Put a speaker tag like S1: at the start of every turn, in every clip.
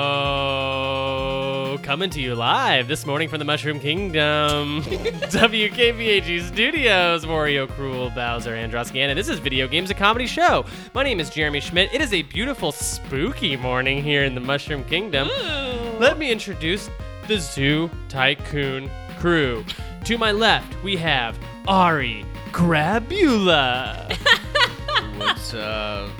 S1: Uh oh. Coming to you live this morning from the Mushroom Kingdom, WKVHG Studios, Wario Cruel, Bowser, Androsky, and this is Video Games, a Comedy Show. My name is Jeremy Schmidt. It is a beautiful, spooky morning here in the Mushroom Kingdom. Let me introduce the Zoo Tycoon crew. To my left, we have Ari Grabula.
S2: What's up? uh,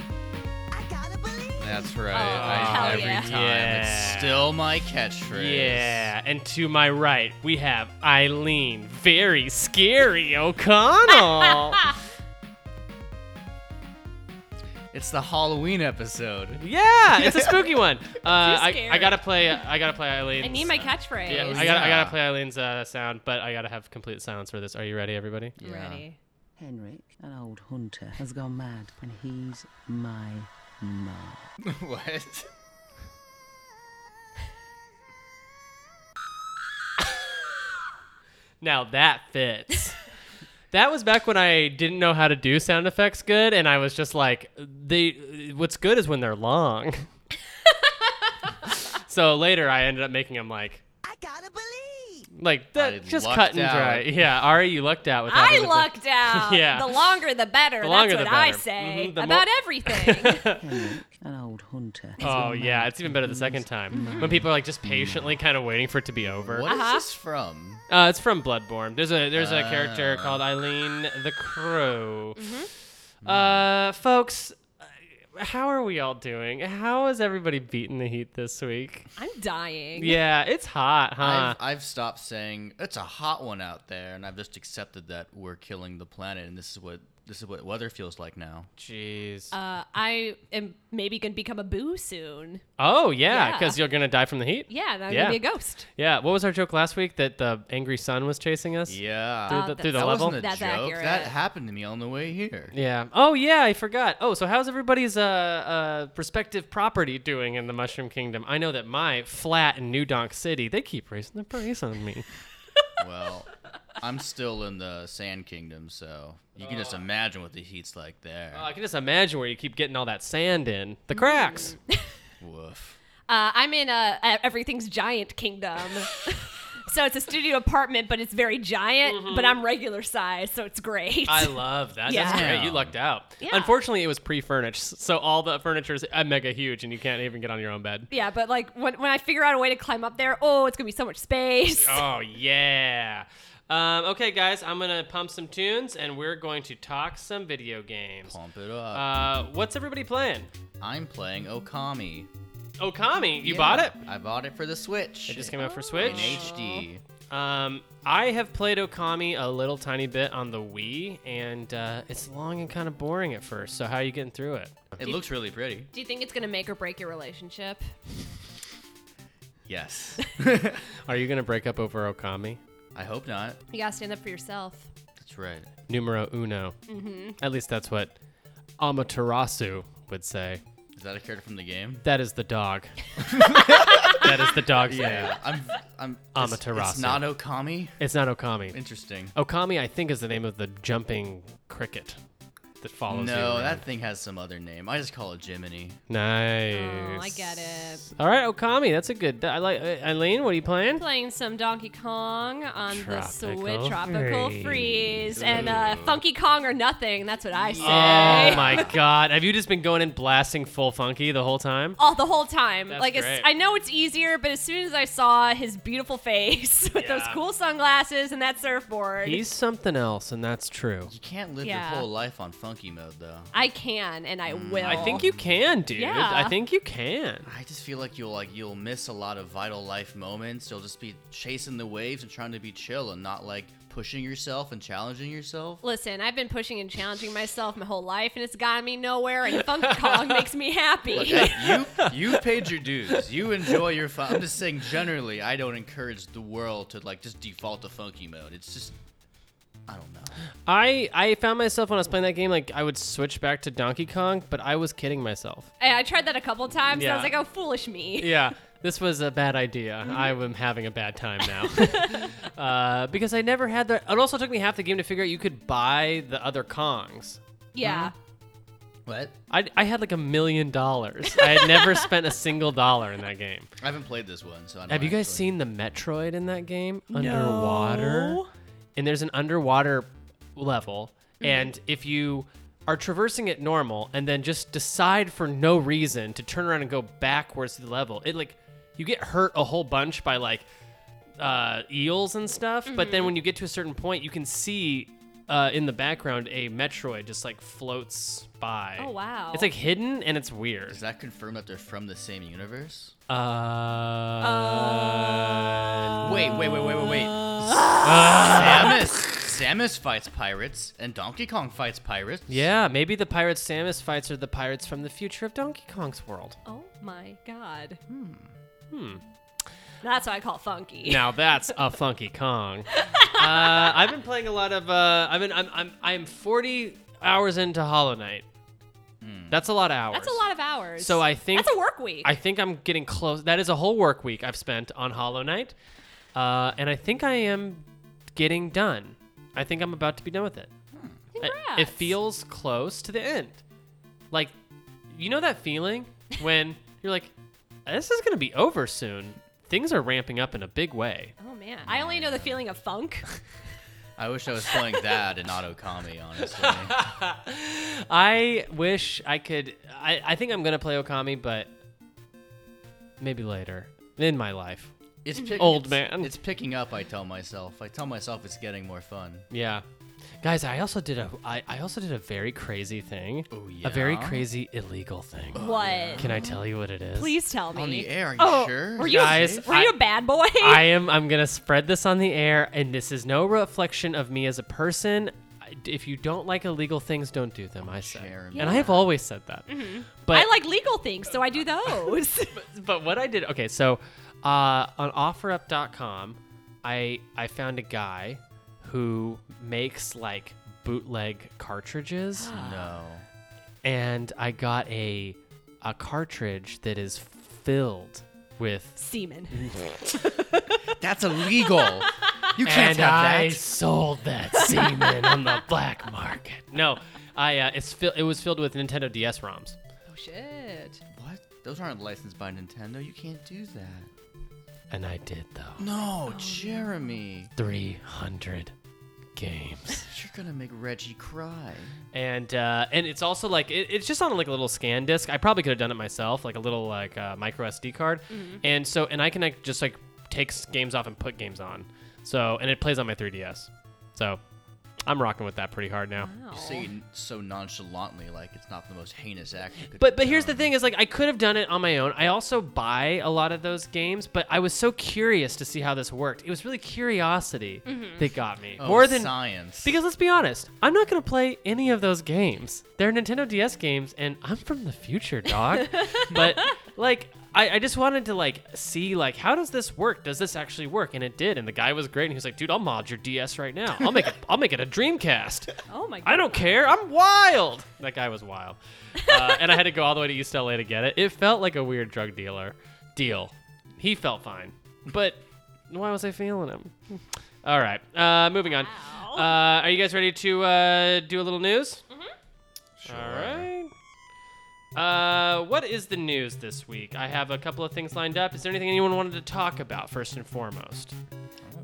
S2: That's right.
S3: hell
S2: I, every
S3: yeah.
S2: time
S1: Yeah.
S2: it's still my catchphrase.
S1: Yeah, and to my right, we have Eileen, very scary O'Connell.
S2: It's the Halloween episode.
S1: yeah, it's a spooky one. Uh, I, I
S3: scary.
S1: gotta play. uh, I gotta play Eileen's. uh,
S3: I need my catchphrase.
S1: yeah, I gotta. I gotta play Eileen's uh, sound, but I gotta have complete silence for this. Are you ready, everybody?
S3: I'm ready.
S4: Henrik, an old hunter, has gone mad, and he's my man.
S2: what?
S1: Now that fits. that was back when I didn't know how to do sound effects good, and I was just like, they. What's good is when they're long. so later, I ended up making them like
S4: I gotta believe!
S1: Like that,
S2: I
S1: just
S2: lucked
S1: cut and
S2: out.
S1: dry. Yeah, Ari, you lucked out with
S3: I
S1: having to-
S3: lucked out.
S1: Yeah.
S3: The longer the better.
S1: The longer
S3: That's
S1: the
S3: what I
S1: better.
S3: say
S1: Mhm, the
S3: about
S1: more-
S3: everything.
S4: Henrik, an old hunter. has
S1: Oh
S4: gone
S1: yeah,
S4: mad,
S1: it's even better the second time when people are like
S2: Mm.
S1: just patiently kind of waiting for it to be over.
S2: What is
S3: Uh-huh.
S2: this from?
S1: Uh, it's from Bloodborne. There's a there's a character
S2: Ah.
S1: called Eileen the Crow.
S3: Mm-hmm.
S1: Uh, folks, how are we all doing? How has everybody beaten the heat this week?
S3: I'm dying.
S1: Yeah, it's hot, huh?
S3: Uh.
S2: I've, I've stopped saying it's a hot one out there, and I've just accepted that we're killing the planet, and this is what this is what weather feels like now.
S1: Jeez.
S3: Uh, I am maybe going to become a boo soon.
S1: oh yeah,
S3: yeah.
S1: because you're gonna die from the heat.
S3: Yeah, and I'm
S1: Yeah.
S3: going to be a ghost.
S1: Yeah. What was our joke last week that the angry sun was chasing us?
S2: Yeah.
S1: Through
S3: Uh,
S1: the, through the
S2: that
S3: that's-
S1: level.
S2: wasn't a
S3: That's
S2: joke.
S3: accurate.
S2: That happened to me on the way here.
S1: Yeah. Oh yeah, I forgot. Oh, so how's everybody's uh, uh prospective property doing in the Mushroom Kingdom? I know that my flat in New Donk City, they keep raising the price on me.
S2: Well, I'm still in the Sand Kingdom, so you can just imagine what the heat's like there.
S3: Uh,
S1: Oh, I can just imagine where you keep getting all that sand in the cracks.
S3: Mm.
S2: Woof.
S3: Uh, I'm in uh, uh, Everything's Giant Kingdom. so it's a studio apartment, but it's very giant, but I'm regular size, so it's great.
S1: Mm-hmm. I love that. That's
S3: Yeah.
S1: great. You lucked out.
S3: Yeah.
S1: Unfortunately, it was pre-furnished, so all the furniture is uh, mega huge, and you can't even get on your own bed.
S3: yeah, but like when, when I figure out a way to climb up there, oh, it's going to be so much space.
S1: Oh yeah. Um, okay, guys, I'm gonna pump some tunes, and we're going to talk some video games.
S2: Pump it up.
S1: Uh, what's everybody playing?
S2: I'm playing Okami.
S1: Okami, you
S2: Yeah,
S1: bought it?
S2: I Uh, bought it for the Switch.
S1: It just came out
S3: Oh.
S1: for
S2: in
S1: Switch.
S2: HD.
S1: Um, I have played Okami a little tiny bit on the Wii, and uh, it's long and kind of boring at first. So how are you getting through it?
S2: It looks really pretty.
S3: Do you think it's going to make or break your relationship?
S2: Yes.
S1: Are you gonna break up over Okami?
S2: I hope not.
S3: You got to stand up for yourself.
S2: That's right.
S1: Numero uno. Mm-hmm. At least that's what Amaterasu would say.
S2: Is that a character from the game?
S1: That is the dog. that is the dog's name.
S2: I'm. I'm. Oh, It's,
S1: Amaterasu.
S2: it's not Okami.
S1: It's not Okami.
S2: Interesting.
S1: Okami, I think, is the name of the jumping cricket that follows you.
S2: No,
S1: around.
S2: that thing has some other name. I just call it Jiminy.
S1: nice.
S3: Oh, I get it.
S1: All right, Okami, that's a good. I like uh, Eileen. What are you playing?
S3: Playing some Donkey Kong on the
S1: Tropical
S3: Switch Tropical
S1: Freeze.
S3: Freeze, and uh, Funky Kong or nothing. That's what I say.
S1: Oh my god! Have you just been going and blasting full funky the whole time?
S3: All the whole time.
S1: That's
S3: like it's,
S1: great.
S3: I know it's easier, but as soon as I saw his beautiful face with those
S1: Yeah.
S3: cool sunglasses and that surfboard,
S1: He's something else, and that's true.
S2: You can't live
S3: Yeah.
S2: your whole life on funky mode though.
S3: I can and I will.
S1: I think you can, dude.
S3: Yeah.
S1: I think you can.
S2: I just feel like you'll like you'll miss a lot of vital life moments. You'll just be chasing the waves and trying to be chill and not like pushing yourself and challenging yourself.
S3: Listen, I've been pushing and challenging myself my whole life, and it's gotten me nowhere. And Funky Kong makes me happy.
S2: Look, I- you you paid your dues. You enjoy your fun. I'm just saying generally, I don't encourage the world to like just default to funky mode. It's just I don't know.
S1: I I found myself when I was playing that game, like I would switch back to Donkey Kong, but I was kidding myself.
S3: And I tried that a couple times. And I was
S1: Yeah.
S3: like, "Oh, foolish me."
S1: Yeah, this was a bad idea. I am having a bad time now uh, because I never had that. It also took me half the game to figure out you could buy the other Kongs.
S3: Yeah.
S2: What?
S1: I, I had like a million dollars. I had never spent a single dollar in that game.
S2: I haven't played this one, so I don't
S1: Have you guys
S2: actually-
S1: seen the Metroid in that game? Underwater.
S5: No.
S1: And there's an underwater level.
S3: Mm-hmm.
S1: And if you are traversing it normal and then just decide for no reason to turn around and go backwards to the level, it like you get hurt a whole bunch by like uh, eels and stuff. But
S3: Mm-hmm.
S1: then when you get to a certain point, you can see uh, in the background a Metroid just like floats by.
S3: Oh, wow.
S1: It's like hidden and it's weird.
S2: Does that confirm that they're from the same universe?
S1: Uh,
S3: Uh,
S2: Wait, wait, wait, wait, wait, wait.
S1: Ah.
S2: Samus, Samus fights pirates, and Donkey Kong fights pirates.
S1: Yeah, maybe the pirate Samus fights are the pirates from the future of Donkey Kong's world.
S3: Oh my god. Hmm. That's what I call funky.
S1: Now that's a funky Kong. Uh, I've been playing a lot of. Uh, I've been. I'm. I'm. I'm 40 hours into Hollow Knight. That's a lot of hours.
S3: That's a lot of hours.
S1: So I think
S3: that's a work week.
S1: I think I'm getting close. That is a whole work week I've spent on Hollow Knight, uh, and I think I am getting done. I think I'm about to be done with it. I- It
S3: Congrats.
S1: feels close to the end. Like, you know that feeling when you're like, this is gonna be over soon. Things are ramping up in a big way.
S3: Oh man, I only know the feeling of funk.
S2: I wish I was playing that in Otokami, honestly.
S1: I wish I could. I, I think I'm gonna play Okami, but maybe later in my life.
S2: It's pick-
S1: Old
S2: it's-
S1: man.
S2: It's picking up. I tell myself. I tell myself it's getting more fun.
S1: Yeah. Guys, I also did a I, I also did a very crazy thing.
S2: Oh,
S1: A very
S2: yeah?
S1: crazy illegal thing.
S3: what?
S1: Oh, Can I tell you what it is?
S3: Please tell me.
S2: On the air, are you
S3: Oh,
S2: sure?
S3: were you
S1: Guys,
S3: were you
S1: I-
S3: a bad boy?
S1: I am I'm going to spread this on the air and this is no reflection of me as a person. I- If you don't like illegal things, don't do them, I say.
S2: Jeremy.
S1: And I have always said that. But
S3: Mm-hmm. I like legal things, so I do those.
S1: but what I did, okay, so uh, on OfferUp.com, I I found a guy who makes like bootleg cartridges.
S2: No.
S1: and I got a a cartridge that is filled with
S3: Semen.
S2: That's illegal. You
S1: and
S2: can't have
S1: I
S2: that.
S1: sold that semen on the black market. No, I uh, it's fill it was filled with Nintendo DS ROMs.
S3: Oh shit.
S2: What? Those aren't licensed by Nintendo. You can't do that.
S1: And I did though.
S2: No, Jeremy.
S1: 300 games.
S2: You're gonna make Reggie cry.
S1: And uh, and it's also like it, it's just on like a little scan disc. I probably could have done it myself, like a little like uh, micro SD card.
S2: Mm-hmm.
S1: And so and I can like, just like take s- games off and put games on. So and it plays on my 3DS. So I'm rocking with that pretty hard now.
S3: Wow.
S2: You say it so nonchalantly, like it's not the most heinous act. You could
S1: But
S2: have
S1: but here's the
S2: done.
S1: thing is like I could have done it on my own. I also buy a lot of those games, but I was so curious to see how this worked. It was really curiosity that got me.
S2: Oh,
S1: More than
S2: science.
S1: because let's be honest, I'm not gonna play any of those games. They're Nintendo DS games, and I'm from the future, dog. but like, I, I just wanted to like see like how does this work? Does this actually work? And it did. And the guy was great. And he was like, dude, I'll mod your DS right now. I'll make it. I'll make it a Dreamcast.
S3: Oh my god.
S1: I don't care. I'm wild. That guy was wild. Uh, and I had to go all the way to East LA to get it. It felt like a weird drug dealer deal. He felt fine. But why was I feeling him? Hmm. All right. Uh, moving on.
S3: Wow.
S1: Uh, are you guys ready to uh, do a little news?
S2: Sure.
S1: All right. Uh, what is the news this week? I have a couple of things lined up. Is there anything anyone wanted to talk about first and foremost?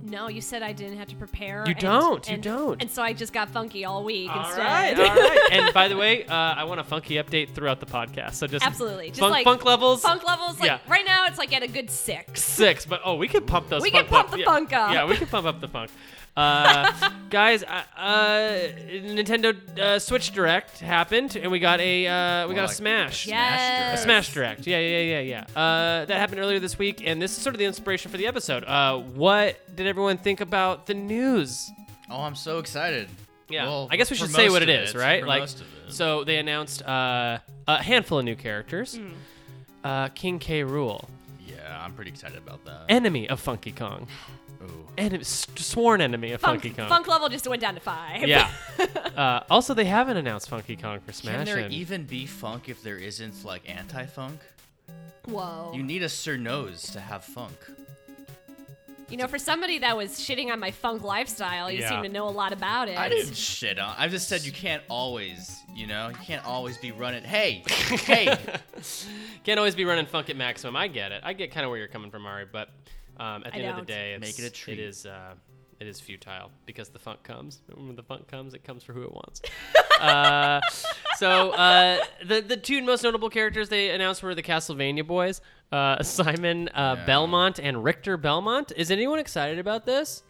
S3: No, you said I didn't have to prepare.
S1: You
S3: and-
S1: don't, you
S3: and-
S1: don't.
S3: And so I just got funky all week
S1: All
S3: instead.
S1: right, all right. And by the way, uh, I want a funky update throughout the podcast. So just
S3: Absolutely. Just
S1: funk,
S3: like
S1: funk levels
S3: Funk levels, like
S1: Yeah.
S3: right now, it's like at a good six.
S1: six. But oh, we could pump those.
S3: We
S1: funk
S3: could pump
S1: lev-
S3: the
S1: yeah.
S3: funk up.
S1: Yeah, we could pump up the funk. Uh, guys, uh, uh, Nintendo uh, Switch Direct happened, and we got a uh, we
S2: More
S1: got a
S2: like
S1: Smash.
S3: Yes.
S2: Smash.
S1: A Smash Direct. Yeah, yeah, yeah, yeah. Uh, that happened earlier this week, and this is sort of the inspiration for the episode. Uh, what did everyone think about the news
S2: Oh, I'm so excited.
S1: Yeah,
S2: Well,
S1: I guess we
S2: for
S1: should say
S2: most
S1: what
S2: of
S1: it is, right?
S2: For
S1: like,
S2: most of it.
S1: so they announced uh, a handful of new characters.
S3: Mm.
S1: Uh, King K. Rule,
S2: yeah, I'm pretty excited about that.
S1: enemy of Funky Kong,
S2: Ooh.
S1: and sworn enemy of
S3: Funk,
S1: Funky Kong.
S3: funk level just went down to five.
S1: yeah. uh, also, they haven't announced Funky Kong for
S2: Can
S1: Smash.
S2: there
S1: and-
S2: even be funk if there isn't like anti-funk?
S3: Whoa.
S2: You need a Sir Nose to have funk.
S3: You know, for somebody that was shitting on my funk lifestyle, you
S1: Yeah.
S3: seem to know a lot about it.
S2: I didn't shit on. I just said you can't always. You know, you can't always be running. Hey, hey,
S1: Can't always be running funk at maximum. I get it. I get kind of where you're coming from, Ari. But um, at the
S3: I
S1: end of
S3: don't.
S1: the day, it's,
S2: Make it a treat.
S1: It is. Uh, it is futile because the funk comes. And When the funk comes, it comes for who it wants. uh, so uh, the the two most notable characters they announced were the Castlevania boys, uh, Simon uh, Belmont and Richter Belmont. Is anyone excited about this?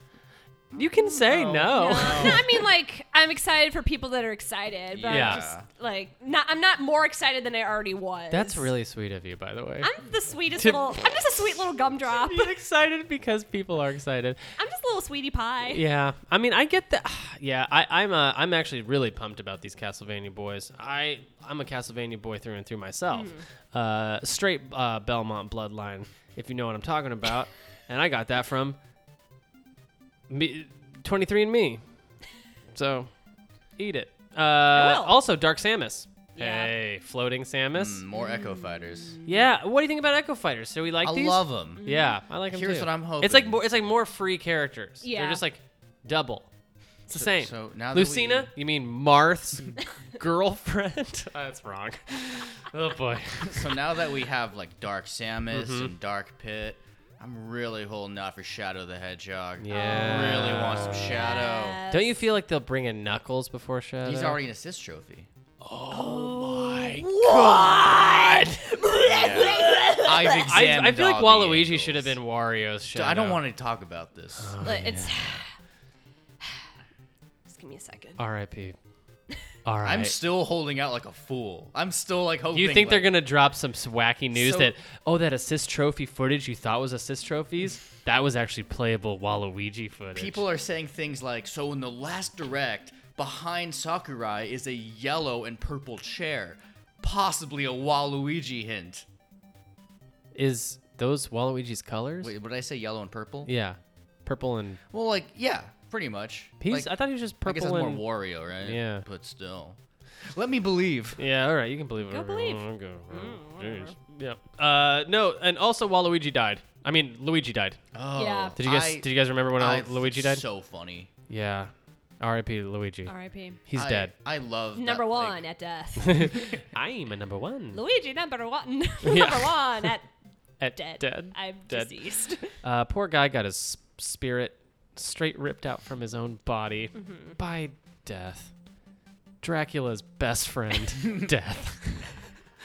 S1: You can say no.
S3: no, I mean like I'm excited for people that are excited, but
S1: Yeah.
S3: I'm just like not I'm not more excited than I already was.
S1: That's really sweet of you, by the way.
S3: I'm the sweetest
S1: Tip-
S3: little I'm just a sweet little gumdrop.
S1: Be excited because people are excited.
S3: I'm just a little sweetie pie.
S1: Yeah, I mean, I get that. Yeah, I, I'm uh, I'm actually really pumped about these Castlevania boys. I I'm a Castlevania boy through and through myself.
S3: Hmm.
S1: Uh, straight uh, Belmont bloodline, if you know what I'm talking about. and I got that from me, 23 and Me. So, eat it. Uh,
S3: will.
S1: also, Dark Samus.
S3: Yeah.
S1: Hey, floating Samus.
S2: Mm, more Echo Fighters.
S1: Yeah. What do you think about Echo Fighters? Do we like
S2: I
S1: these?
S2: love them.
S1: Yeah, Mm-hmm. I like them
S2: Here's
S1: too.
S2: what I'm
S1: It's like
S2: hoping.
S1: more, it's like more free characters. They're
S3: Yeah.
S1: just like double. It's the same.
S2: so now that
S1: Lucina, you mean Marth's g- girlfriend? That's wrong. Oh boy.
S2: So now that we have like Dark Samus
S1: Mm-hmm.
S2: and Dark Pit, I'm really holding out for Shadow the Hedgehog. I really
S1: Yeah.
S2: want some Shadow.
S1: Don't you feel like they'll bring in Knuckles before Shadow?
S2: He's already an assist trophy. I've
S1: I,
S2: examined
S1: I feel like
S2: all the
S1: Waluigi
S2: angles.
S1: should have been Wario's
S2: Dude,
S1: Shadow.
S2: I don't want to talk about this.
S3: Like, It's Just give me a second.
S1: R.I.P. All right.
S2: I'm still holding out like a fool. I'm still like hoping.
S1: you think they're
S2: like,
S1: gonna drop some wacky news
S2: So-
S1: that oh that assist trophy footage you thought was assist trophies that was actually playable Waluigi footage.
S2: People are saying things like, so in the last direct, behind Sakurai is a yellow and purple chair, possibly a Waluigi hint.
S1: is those Waluigi's colors?
S2: Wait, would I say yellow and purple?
S1: Yeah, purple and
S2: Well, like, yeah, pretty much.
S1: he's.
S2: Like,
S1: I thought he was just
S2: I guess that's
S1: purple
S2: more
S1: and.
S2: Wario, right?
S1: Yeah.
S2: But still. Let me believe.
S1: yeah, all right, you can believe it.
S3: Go believe. Mm,
S1: Yeah. Uh, no, and also Waluigi died. I mean, Luigi died.
S2: Oh,
S3: Yeah.
S1: Did you guys?
S2: I-
S1: did you guys remember when
S2: I-
S1: Luigi died?
S2: So funny.
S1: yeah. R.I.P. Luigi.
S3: R.I.P.
S1: He's
S2: I-
S1: dead.
S2: I love that,
S3: Number
S2: like-
S3: one at death.
S1: I'm a number one.
S3: Luigi number one.
S1: Yeah.
S3: number one at
S1: At
S3: dead.
S1: Dead.
S3: I'm
S1: Dead.
S3: deceased.
S1: Uh, poor guy got his s- spirit straight ripped out from his own body
S3: Mm-hmm.
S1: by death. Dracula's best friend, death.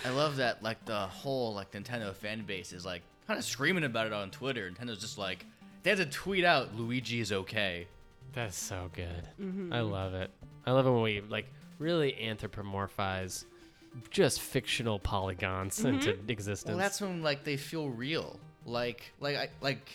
S2: I love that, like the whole like Nintendo fan base is like kind of screaming about it on Twitter. Nintendo's just like they had to tweet out Luigi is okay.
S1: That's so good.
S3: Mm-hmm.
S1: I love it. I love it when we like really anthropomorphize just fictional polygons
S3: Mm-hmm.
S1: into existence.
S2: Well, that's when like they feel real. Like like I like.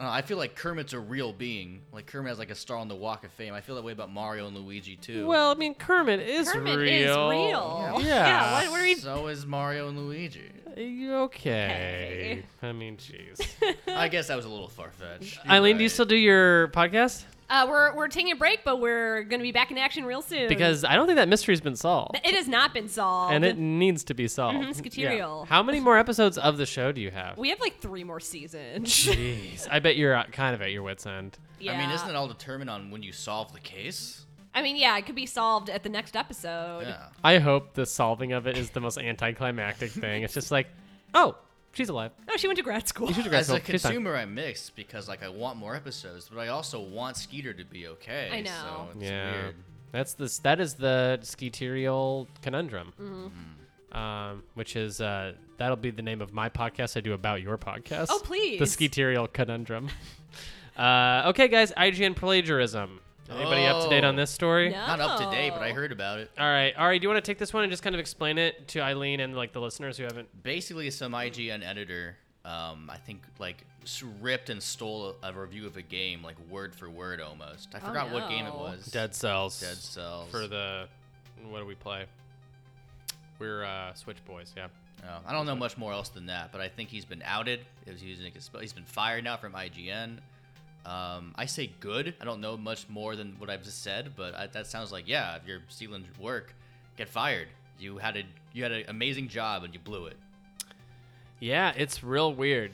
S2: I don't know, I feel like Kermit's a real being. Like Kermit has like a star on the Walk of Fame. I feel that way about Mario and Luigi too.
S1: well, I mean, Kermit is
S3: Kermit
S1: real.
S3: is real.
S1: Yeah.
S3: Yeah, what- what are we
S2: so is Mario and Luigi.
S1: Are you okay? I mean, jeez.
S2: I guess that was a little far fetched.
S1: Eileen, do you still do your podcast?
S3: Uh, we're we're taking a break, but we're gonna be back in action real soon.
S1: Because I don't think that mystery's been solved.
S3: it has not been solved.
S1: And it needs to be solved.
S3: Skaterial.
S1: How many more episodes of the show do you have?
S3: we have like three more seasons.
S1: Jeez. I bet you're uh, kind of at your wits' end.
S3: yeah.
S2: I mean, isn't it all determined on when you solve the case?
S3: I mean, yeah, it could be solved at the next episode.
S2: Yeah.
S1: I hope the solving of it is the most anticlimactic thing. It's just like, oh, she's alive.
S3: No, she went to grad school.
S1: She's a grad
S2: As a
S1: school. She's fine.
S2: consumer, I'm mixed because like I want more episodes, but I also want Skeeter to be okay.
S3: I know.
S2: So it's
S1: Yeah,
S2: weird.
S1: that's the s- that is the skeeterial conundrum,
S2: Mm-hmm.
S1: um, which is uh, that'll be the name of my podcast I do about your podcast.
S3: Oh, please.
S1: the skeeterial conundrum. uh, okay, guys, IGN plagiarism. Anybody up to date on
S2: Oh.
S1: this story?
S3: No.
S2: Not up to date,
S3: Oh.
S2: but I heard about it.
S1: All right, Ari, do you want to take this one and just kind of explain it to Eileen and like the listeners who haven't?
S2: Basically, some IGN editor, um, I think, like s- ripped and stole a, a review of a game, like word for word almost. I forgot what game it
S3: no.
S2: was.
S1: Cells.
S2: Dead Cells.
S1: For the what do we play? We're uh, Switch Boys. Yeah.
S2: Oh, I don't know much more else than that, but I think he's been outed. He was using expo- he's been fired now from IGN. Um, I say good. I don't know much more than what I've just said, but I, that sounds like yeah. If you're stealing work, get fired. You had a you had an amazing job and you blew it.
S1: Yeah, it's real weird,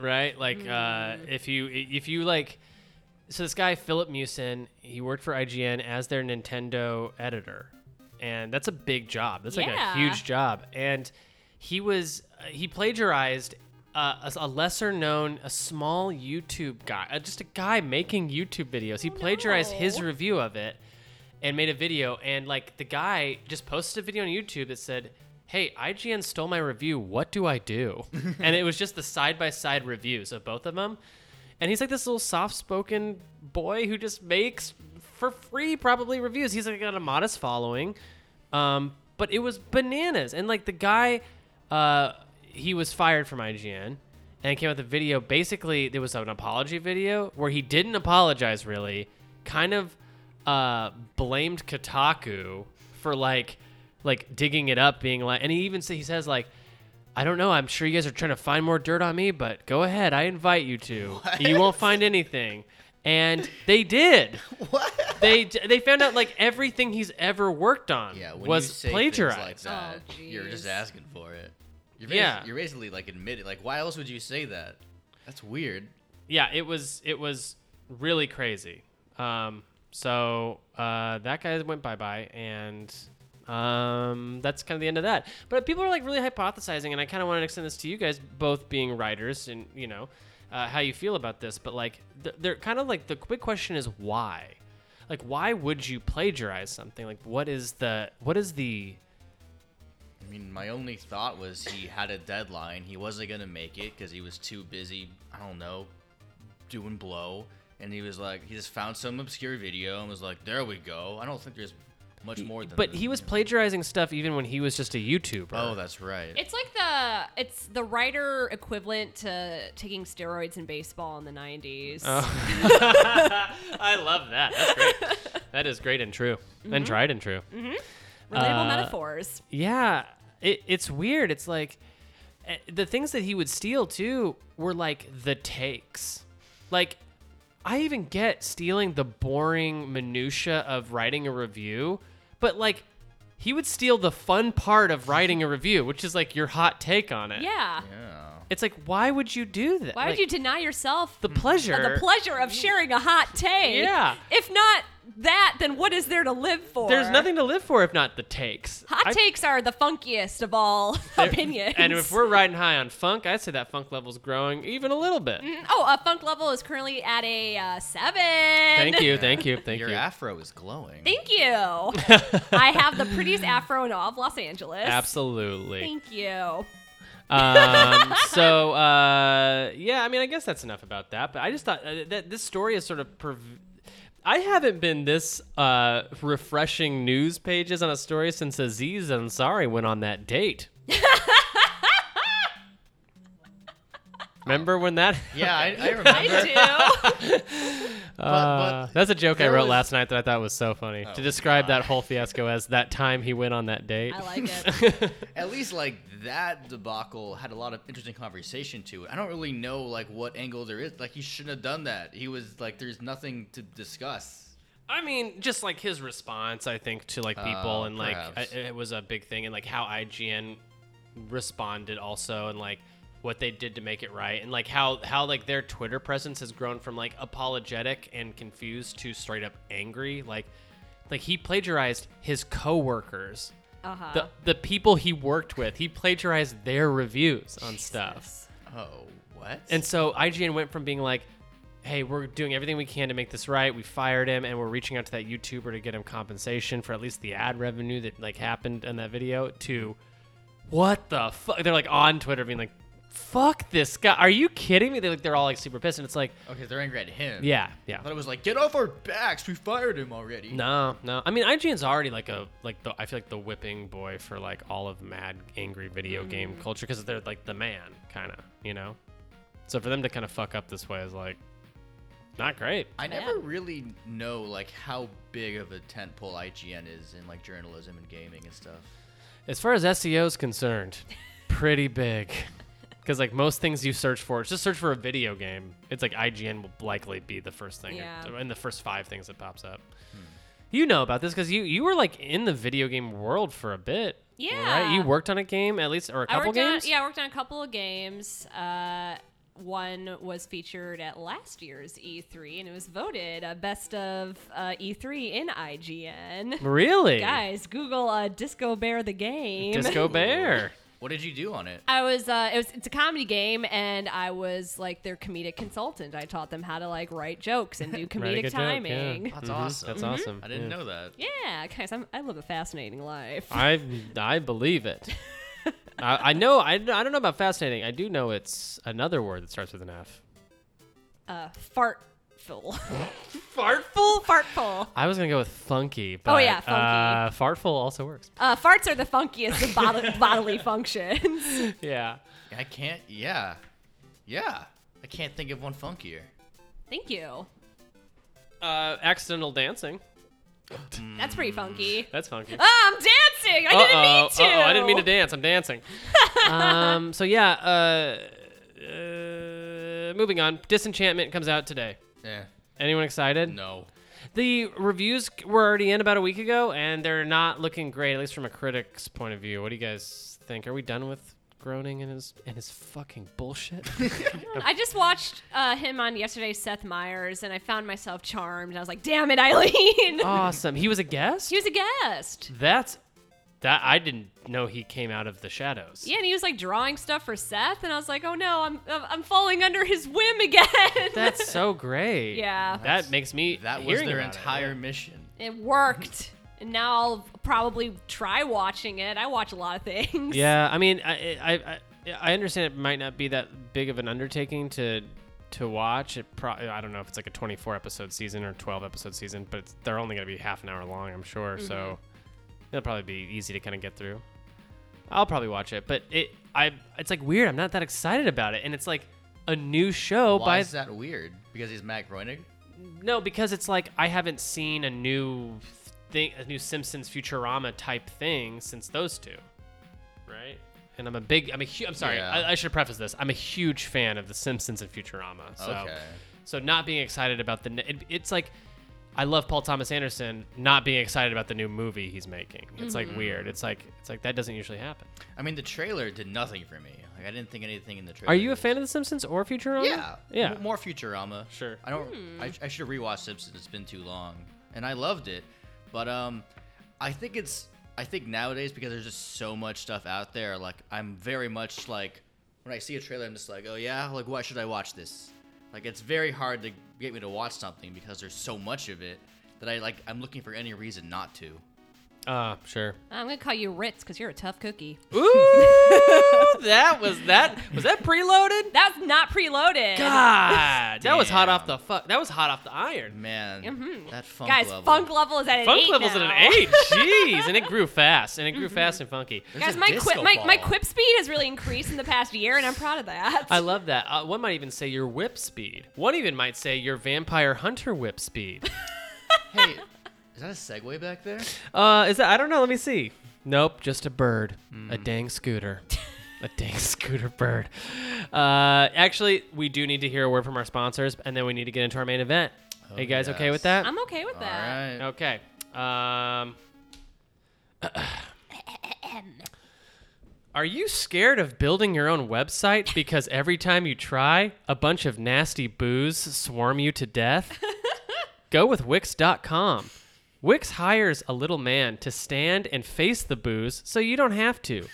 S1: right? Like uh,
S3: Mm.
S1: if you if you like, so this guy Philip Musin, he worked for IGN as their Nintendo editor, and that's a big job. That's like a
S3: Yeah.
S1: huge job. And he was uh, he plagiarized uh, a, s- a lesser known, a small YouTube guy, uh, just a guy making YouTube videos. He plagiarized his
S3: Oh, no.
S1: review of it and made a video. And like the guy just posted a video on YouTube that said. Hey, IGN stole my review. What do I do? and it was just the side by side reviews of both of them. And he's like this little soft spoken boy who just makes for free probably reviews. He's like got a modest following. Um, but it was bananas. And like the guy, uh, he was fired from IGN and came out with a video. Basically, there was an apology video where he didn't apologize really, kind of uh, blamed Kotaku for like like digging it up, being like, and he even sa- he says like, I don't know. I'm sure you guys are trying to find more dirt on me, but go ahead. I invite you to. You won't find anything. And they did.
S2: What?
S1: They d- they found out like everything he's ever worked on
S2: Yeah, when you
S1: was
S2: say
S1: plagiarized.
S2: things like that,
S3: Oh,
S2: you're just
S3: jeez.
S2: asking for it. You're basi-
S1: Yeah.
S2: you're basically like admitting, like, why else would you say that? That's weird.
S1: yeah, it was it was really crazy. Um, so uh, that guy went bye bye, and um, that's kind of the end of that. But people are like really hypothesizing, and I kind of want to extend this to you guys, both being writers, and you know uh, how you feel about this. But like, th- they're kind of like the big question is why. Like, why would you plagiarize something? Like, what is the what is the
S2: I mean, my only thought was he had a deadline. He wasn't gonna make it because he was too busy. I don't know, doing blow. And he was like, he just found some obscure video and was like, there we go. I don't think there's much more than.
S1: but
S2: that,
S1: he was
S2: you know?
S1: plagiarizing stuff even when he was just a YouTuber.
S2: Oh, that's right.
S3: It's like the it's the writer equivalent to taking steroids in baseball in the '90s.
S2: Oh.
S1: I love that. That's great. that is great and true, and tried and true.
S3: Relatable
S2: Uh,
S3: metaphors.
S1: Yeah, it, it's weird. It's like eh, the things that he would steal too were like the takes. Like I even get stealing the boring minutia of writing a review, but like he would steal the fun part of writing a review, which is like your hot take on it.
S3: Yeah.
S2: yeah.
S1: It's like why would you do that?
S3: Why
S1: Like,
S3: would you deny yourself
S1: the pleasure?
S3: the pleasure of sharing a hot take?
S1: Yeah.
S3: If not that, then what is there to live for?
S1: There's nothing to live for if not the takes.
S3: Hot
S1: I-
S3: takes are the funkiest of all
S1: There-
S3: opinions.
S1: And if we're riding high on funk, I'd say that funk level's growing even a little bit.
S3: oh, a funk level is currently at a uh, seven.
S1: Thank you, thank you, thank
S2: Your
S1: you.
S2: afro is glowing.
S3: Thank you. I have the prettiest afro in all of Los Angeles.
S1: Absolutely.
S3: Thank you.
S1: Um, so uh, yeah, I mean, I guess that's enough about that. But I just thought uh, that this story is sort of. Perv- I haven't been this uh, refreshing news pages on a story since Aziz Ansari went on that date. Remember when that?
S2: yeah, I, I remember.
S3: I do.
S1: Uh,
S2: but-
S1: that's a joke I
S2: there
S1: wrote
S2: was- Oh,
S1: last night that I thought was so funny to describe that whole fiasco as that time he went on that date.
S3: I like it.
S2: At least like that debacle had a lot of interesting conversation to it. I don't really know like what angle there is. Like he shouldn't have done that. He was like, there's nothing to discuss.
S1: I mean, just like his response, I think, to like people
S2: Oh,
S1: and like I,
S2: perhaps.
S1: it was a big thing, and like how IGN responded also, and like what they did to make it right, and like how how like their Twitter presence has grown from like apologetic and confused to straight up angry. Like, like he plagiarized his coworkers,
S3: Uh-huh.
S1: the the people he worked with. He plagiarized their reviews on stuff.
S2: Oh, what?
S1: And so IGN went from being like, hey, we're doing everything we can to make this right. We fired him and we're reaching out to that YouTuber to get him compensation for at least the ad revenue that like happened in that video to what the fuck? They're like on Twitter being like, fuck this guy. Are you kidding me? They're like, they're all like super pissed. And it's like,
S2: okay, they're angry at him.
S1: yeah, yeah.
S2: I thought it was like, get off our backs. We fired him already.
S1: No, no. I mean, IGN's already like a like the I feel like the whipping boy for like all of mad angry video game culture because they're like the man kind of you know. So for them to kind of fuck up this way is like not great.
S2: I never really know like how big of a tentpole IGN is in like journalism and gaming and stuff.
S1: As far as SEO is concerned, pretty big. Because like most things you search for, just search for a video game. It's like IGN will likely be the first thing,
S3: Yeah.
S1: or- and the first five things that pops up.
S2: Hmm.
S1: You know about this because you you were like in the video game world for a bit.
S3: Yeah.
S1: right. You worked on a game at least, or a
S3: I
S1: couple
S3: worked
S1: games.
S3: on yeah, I worked on a couple of games. Uh, one was featured at last year's E3, and it was voted a best of uh, E3 in IGN.
S1: Really?
S3: Guys, Google uh, Disco Bear the game.
S1: Disco Bear.
S2: What did you do on it?
S3: I was uh, it was it's a comedy game, and I was like their comedic consultant. I taught them how to like write jokes and do
S1: Write a
S3: comedic
S1: good joke, yeah. Mm-hmm.
S3: timing. Mm-hmm.
S2: That's awesome.
S1: That's awesome.
S2: I didn't
S1: yeah.
S2: know that.
S3: Yeah, guys, I'm, I live a fascinating life.
S1: I I believe it. I, I know. I, I don't know about fascinating. I do know it's another word that starts with an F.
S3: Uh, fartful. fartful? Fartful.
S1: I was gonna go with funky, but
S3: Oh, yeah,
S1: Uh,
S3: funky.
S1: fartful also works.
S3: Uh, farts are the funkiest of bod- bodily functions.
S1: Yeah.
S2: I can't. Yeah, yeah. I can't think of one funkier.
S3: Thank you.
S1: Uh, accidental dancing.
S3: That's pretty funky.
S1: That's funky.
S3: Ah, I'm dancing. I didn't mean to.
S1: Uh-oh, I didn't mean to dance. I'm dancing. um, so yeah. Uh, uh, moving on. Disenchantment comes out today.
S2: Yeah.
S1: Anyone excited?
S2: Eh, No.
S1: The reviews were already in about a week ago, and they're not looking great, at least from a critic's point of view. What do you guys think? Are we done with groaning and his and his fucking bullshit?
S3: I just watched uh, him on yesterday's Seth Meyers, and I found myself charmed. I was like, damn it, Eileen.
S1: awesome. He was a guest.
S3: he was a guest.
S1: That's that I didn't know he came out of the shadows.
S3: Yeah, and he was like drawing stuff for Seth, and I was like, oh no, I'm I'm I'm falling under his whim again.
S1: That's so great.
S3: Yeah.
S1: That makes me
S2: That was
S1: hearing
S2: their
S1: about it,
S2: entire
S1: yeah.
S2: mission.
S3: It worked. And now I'll probably try watching it. I watch a lot of things.
S1: Yeah, I mean, I, I I I understand it might not be that big of an undertaking to to watch. It probably I don't know if it's like a 24 episode season or 12 episode season, but it's, they're only going to be half an hour long, I'm sure. So
S3: Mm-hmm.
S1: it'll probably be easy to kind of get through. I'll probably watch it, but it I it's like weird. I'm not that excited about it, and it's like a new show
S2: Why
S1: by
S2: is that weird? Because he's Matt Groening.
S1: no, because it's like I haven't seen a new thing, a new Simpsons Futurama type thing since those two, right? And I'm a big, I'm a huge. I'm sorry,
S2: Yeah.
S1: I, I should preface this. I'm a huge fan of the Simpsons and Futurama. So,
S2: Okay.
S1: so not being excited about the, n- it, it's like. I love Paul Thomas Anderson not being excited about the new movie he's making. It's like weird. It's like it's like that doesn't usually happen.
S2: I mean, the trailer did nothing for me. Like, I didn't think anything in the trailer.
S1: Are you a fan of The Simpsons or Futurama?
S2: Yeah.
S1: Yeah.
S2: M- more Futurama.
S1: Sure.
S2: I don't. I, I should have rewatched Simpsons. It's been too long, and I loved it, but um, I think it's. I think nowadays because there's just so much stuff out there. Like I'm very much like when I see a trailer, I'm just like, oh yeah, like why should I watch this? Like it's very hard to get me to watch something because there's so much of it that I like. I'm looking for any reason not to.
S1: Ah, sure.
S3: I'm going to call you Ritz because you're a tough cookie.
S1: Ooh, that was that was that preloaded?
S3: That's not preloaded.
S1: God, that was hot off the
S2: Damn.
S1: fuck. That was hot off the iron.
S2: Man, that funk
S3: Guys,
S2: level.
S3: funk level is at an
S1: Funk
S3: eight.
S1: levels
S3: now.
S1: at an eight. Mm-hmm. Jeez, and it grew fast, and it grew fast and funky.
S2: There's
S3: Guys,
S2: a
S3: my,
S2: disco
S3: quip my, my
S2: ball.
S3: quip speed has really increased in the past year, and I'm proud of that.
S1: I love that. Uh, one might even say your whip speed. One even might say your vampire hunter whip speed.
S2: Hey, is that a segue back there?
S1: Uh, is that? I don't know. Let me see. Mm. Nope, just a bird. A dang scooter. a dang scooter bird. Uh, actually, we do need to hear a word from our sponsors, and then we need to get into our main event. Are you guys okay
S2: yes.
S1: with that?
S3: I'm okay with
S2: All
S3: that.
S2: right.
S1: Okay. Um, are you scared of building your own website because every time you try, a bunch of nasty boos swarm you to death? Go with Wix.com. Wix hires a little man to stand and face the boos so you don't have to.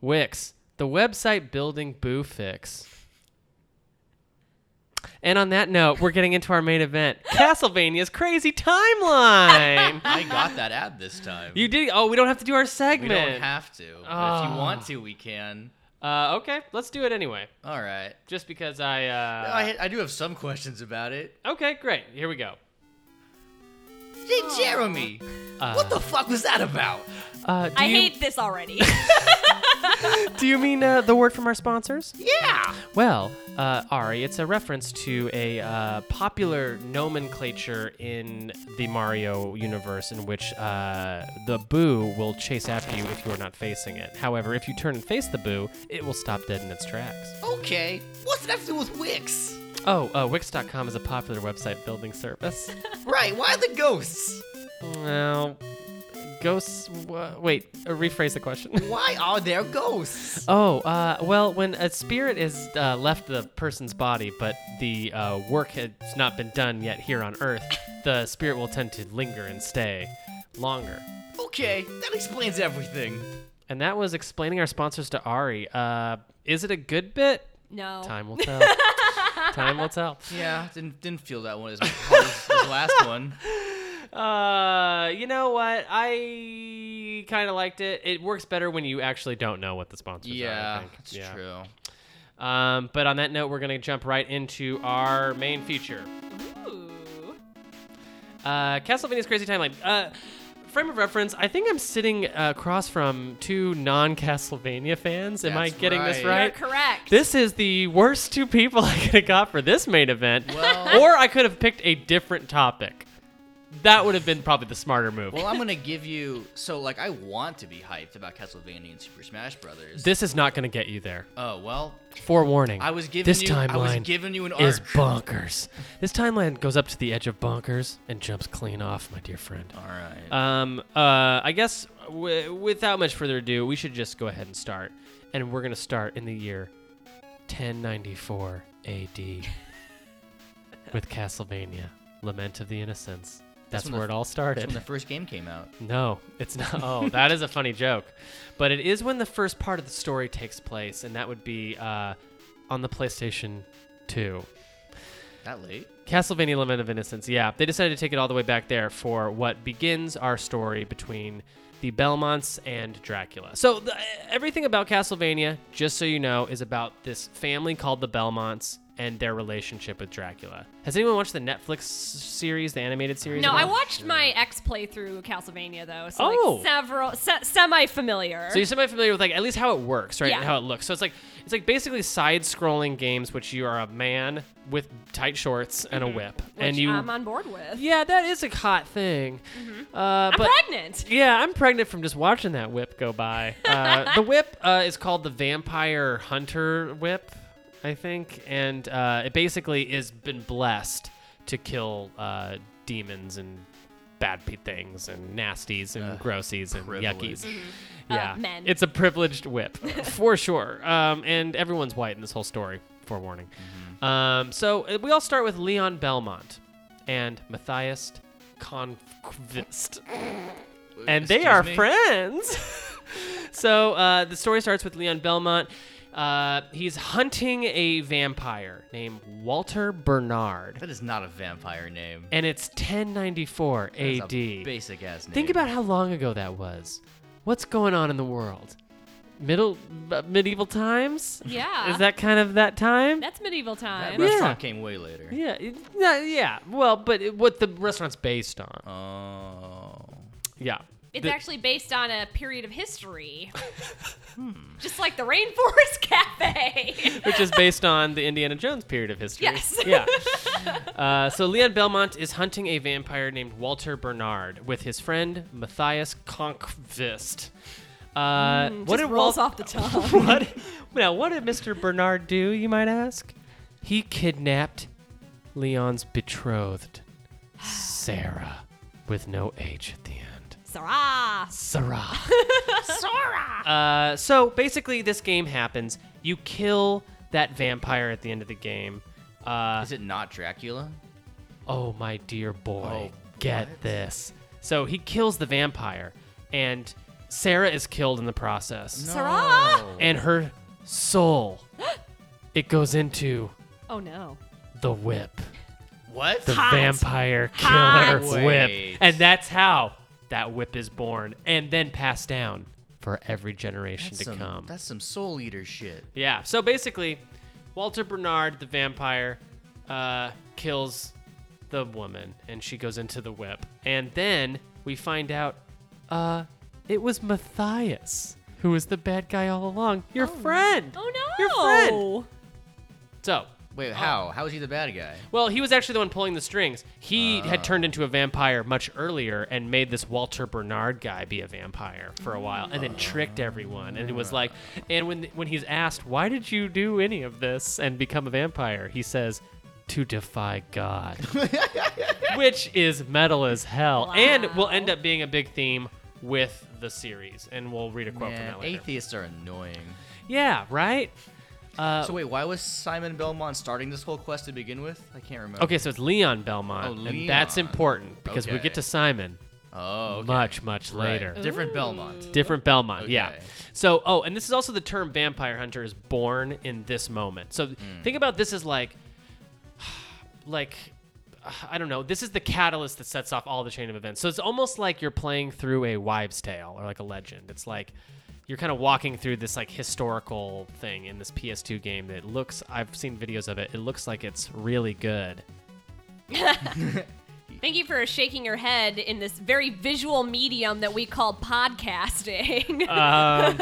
S1: Wix, the website building boo fix. And on that note, we're getting into our main event Castlevania's Crazy Timeline.
S2: I got that ad this time.
S1: You did. Oh, we don't have to do our
S2: We
S1: segment.
S2: don't have to. But if
S1: Oh.
S2: you want to, we can.
S1: Uh, okay, let's do it anyway.
S2: All right.
S1: Just because I. Uh...
S2: I, I do have some questions about it.
S1: Okay, great. Here we go.
S2: Hey, Jeremy, what the fuck was that about?
S1: Uh, do
S3: I
S1: you,
S3: hate this already.
S1: Do you mean uh, the word from our sponsors?
S2: Yeah.
S1: Well, uh, Ari, it's a reference to a uh, popular nomenclature in the Mario universe in which uh, the boo will chase after you if you are not facing it. However, if you turn and face the boo, it will stop dead in its tracks.
S2: Okay. What's it have to do with Wix?
S1: Oh, uh, Wix.com is a popular website building service.
S2: Right. Why the ghosts?
S1: Well, ghosts? Wha wait, uh, rephrase the question.
S2: Why are there ghosts?
S1: Oh, uh, well, when a spirit has uh, left the person's body, but the uh, work has not been done yet here on Earth, the spirit will tend to linger and stay longer.
S2: Okay, that explains everything.
S1: And that was explaining our sponsors to Ari. Uh, is it a good bit?
S3: No.
S1: Time will tell. Time will tell.
S2: Yeah, didn't didn't feel that one as much as the last one.
S1: Uh, you know what? I kind of liked it. It works better when you actually don't know what the sponsors are. I
S2: Yeah,
S1: think.
S2: it's true.
S1: true. Um, but on that note, we're gonna jump right into our main feature.
S3: Ooh.
S1: Uh, Castlevania's Crazy Timeline. Uh, frame of reference, I think I'm sitting uh, across from two non Castlevania fans. Am I
S2: That's
S1: getting this
S2: right.
S1: right?
S3: You're correct.
S1: This is the worst two people I could have got for this main event.
S2: Well-
S1: or I could have picked a different topic. That would have been probably the smarter move.
S2: Well, I'm gonna give you. So, like, I want to be hyped about Castlevania and Super Smash Brothers.
S1: this is not going to get you there.
S2: oh well,
S1: Forewarning.
S2: I was giving
S1: this
S2: you.
S1: timeline
S2: I was giving you an arc.
S1: is bonkers. This timeline goes up to the edge of bonkers and jumps clean off, my dear friend.
S2: All right.
S1: Um, uh, I guess w- without much further ado, we should just go ahead and start. And we're going to start in the year 1094 AD with Castlevania Lament of the Innocents. That's,
S2: That's when
S1: where
S2: the-
S1: it all
S2: That's
S1: started.
S2: when the first game came out.
S1: No, it's not. Oh, that is a funny joke. But it is when the first part of the story takes place, and that would be uh, on the PlayStation 2.
S2: That late?
S1: Castlevania Lament of Innocence, yeah. They decided to take it all the way back there for what begins our story between the Belmonts and Dracula. So, the, everything about Castlevania, just so you know, is about this family called the Belmonts and their relationship with Dracula. Has anyone watched the Netflix series, the animated series?
S3: no,
S1: at
S3: I
S1: all?
S3: watched my ex play through Castlevania though, so
S1: Oh.
S3: like several se- semi familiar.
S1: So you're semi familiar with like at least how it works, right?
S3: Yeah.
S1: And how it looks. So it's like it's like basically side scrolling games which you are a man with tight shorts and a whip. and you
S3: Mm-hmm. I'm on board with.
S1: Yeah, that is a hot thing. Uh,
S3: I'm
S1: but
S3: pregnant.
S1: yeah, I'm pregnant from just watching that whip go by. Uh, the whip uh, is called the Vampire Hunter Whip, I think, and uh, it basically has been blessed to kill uh, demons and bad pe- things and nasties and grossies and
S2: privilege.
S1: yuckies. Yeah,
S3: men.
S1: it's a privileged whip for sure. Um, and everyone's white in this whole story. Forewarning.
S2: Mm-hmm.
S1: Um, so uh, we all start with Leon Belmont and Matthias Conquist and they
S2: Excuse
S1: are
S2: me?
S1: friends. so uh, the story starts with Leon Belmont. Uh, he's hunting a vampire named Walter Bernard,
S2: That is not a vampire name.
S1: and it's 1094
S2: That is a
S1: AD.
S2: Basic ass name.
S1: Think about how long ago that was. What's going on in the world? Middle uh, medieval times?
S3: Yeah.
S1: Is that kind of that time?
S3: That's medieval
S2: that
S3: time.
S1: Yeah.
S2: restaurant came way later.
S1: yeah, it- yeah, yeah. Well, but it, what the restaurant's based on?
S2: Oh.
S1: Yeah.
S3: It's
S1: The-
S3: actually based on a period of history. Hmm. Just like the Rainforest Cafe.
S1: which is based on the Indiana Jones period of history.
S3: Yes.
S1: Yeah. Uh, so Leon Belmont is hunting a vampire named Walter Bernard with his friend Matthias Conkvist. Uh, what did
S3: Mm, rolls
S1: Wal-
S3: off the tongue.
S1: what? Now, what did Mister Bernard do? You might ask. He kidnapped Leon's betrothed, Sarah, with no H at the end.
S3: Sarah.
S1: Sarah.
S3: Sora.
S1: Uh, so basically, this game happens. You kill that vampire at the end of the game. Uh,
S2: Is it not Dracula?
S1: oh, my dear boy,
S2: Oh,
S1: get
S2: what?
S1: this. So he kills the vampire, and Sarah is killed in the process.
S3: Sarah!
S1: And her soul, it goes into
S3: Oh no.
S1: the whip,
S2: What?
S1: the
S3: Hot.
S1: vampire
S3: Hot.
S1: killer
S2: Wait.
S1: whip. And that's how that whip is born and then passed down for every generation
S2: That's
S1: to
S2: some,
S1: come.
S2: that's some soul eater shit.
S1: Yeah. So basically, Walter Bernard, the vampire, uh, kills the woman, and she goes into the whip. And then we find out, uh, it was Matthias who was the bad guy all along. Your friend.
S3: Oh no.
S1: Your friend. So.
S2: Wait, how? How is he the bad guy?
S1: Well, he was actually the one pulling the strings. He
S2: Ah.
S1: had turned into a vampire much earlier and made this Walter Bernard guy be a vampire for a while, and then tricked everyone. And it
S2: Ah.
S1: was like, and when when he's asked why did you do any of this and become a vampire, he says, to defy God, which is metal as hell, and will end up being a big theme with the series, and we'll read a quote from
S2: Man,
S1: that later.
S2: atheists are annoying.
S1: Yeah, right. Uh,
S2: so wait, why was Simon Belmont starting this whole quest to begin with? I can't remember.
S1: okay, so it's Leon Belmont,
S2: Oh,
S1: and that's
S2: Leon.
S1: important because we get
S2: Okay.
S1: to Simon
S2: Oh, okay.
S1: much, much
S2: Right.
S1: later.
S2: Different Belmont.
S1: Different Belmont, yeah.
S2: Okay.
S1: So, oh, and this is also the term vampire hunter is born in this moment. So,
S2: Hmm.
S1: think about this as like, like, I don't know. This is the catalyst that sets off all the chain of events. So it's almost like you're playing through a wives' tale or like a legend. It's like you're kind of walking through this like historical thing in this PS2 game that looks. I've seen videos of it. It looks like it's really good.
S3: Thank you for shaking your head in this very visual medium that we call podcasting.
S1: um,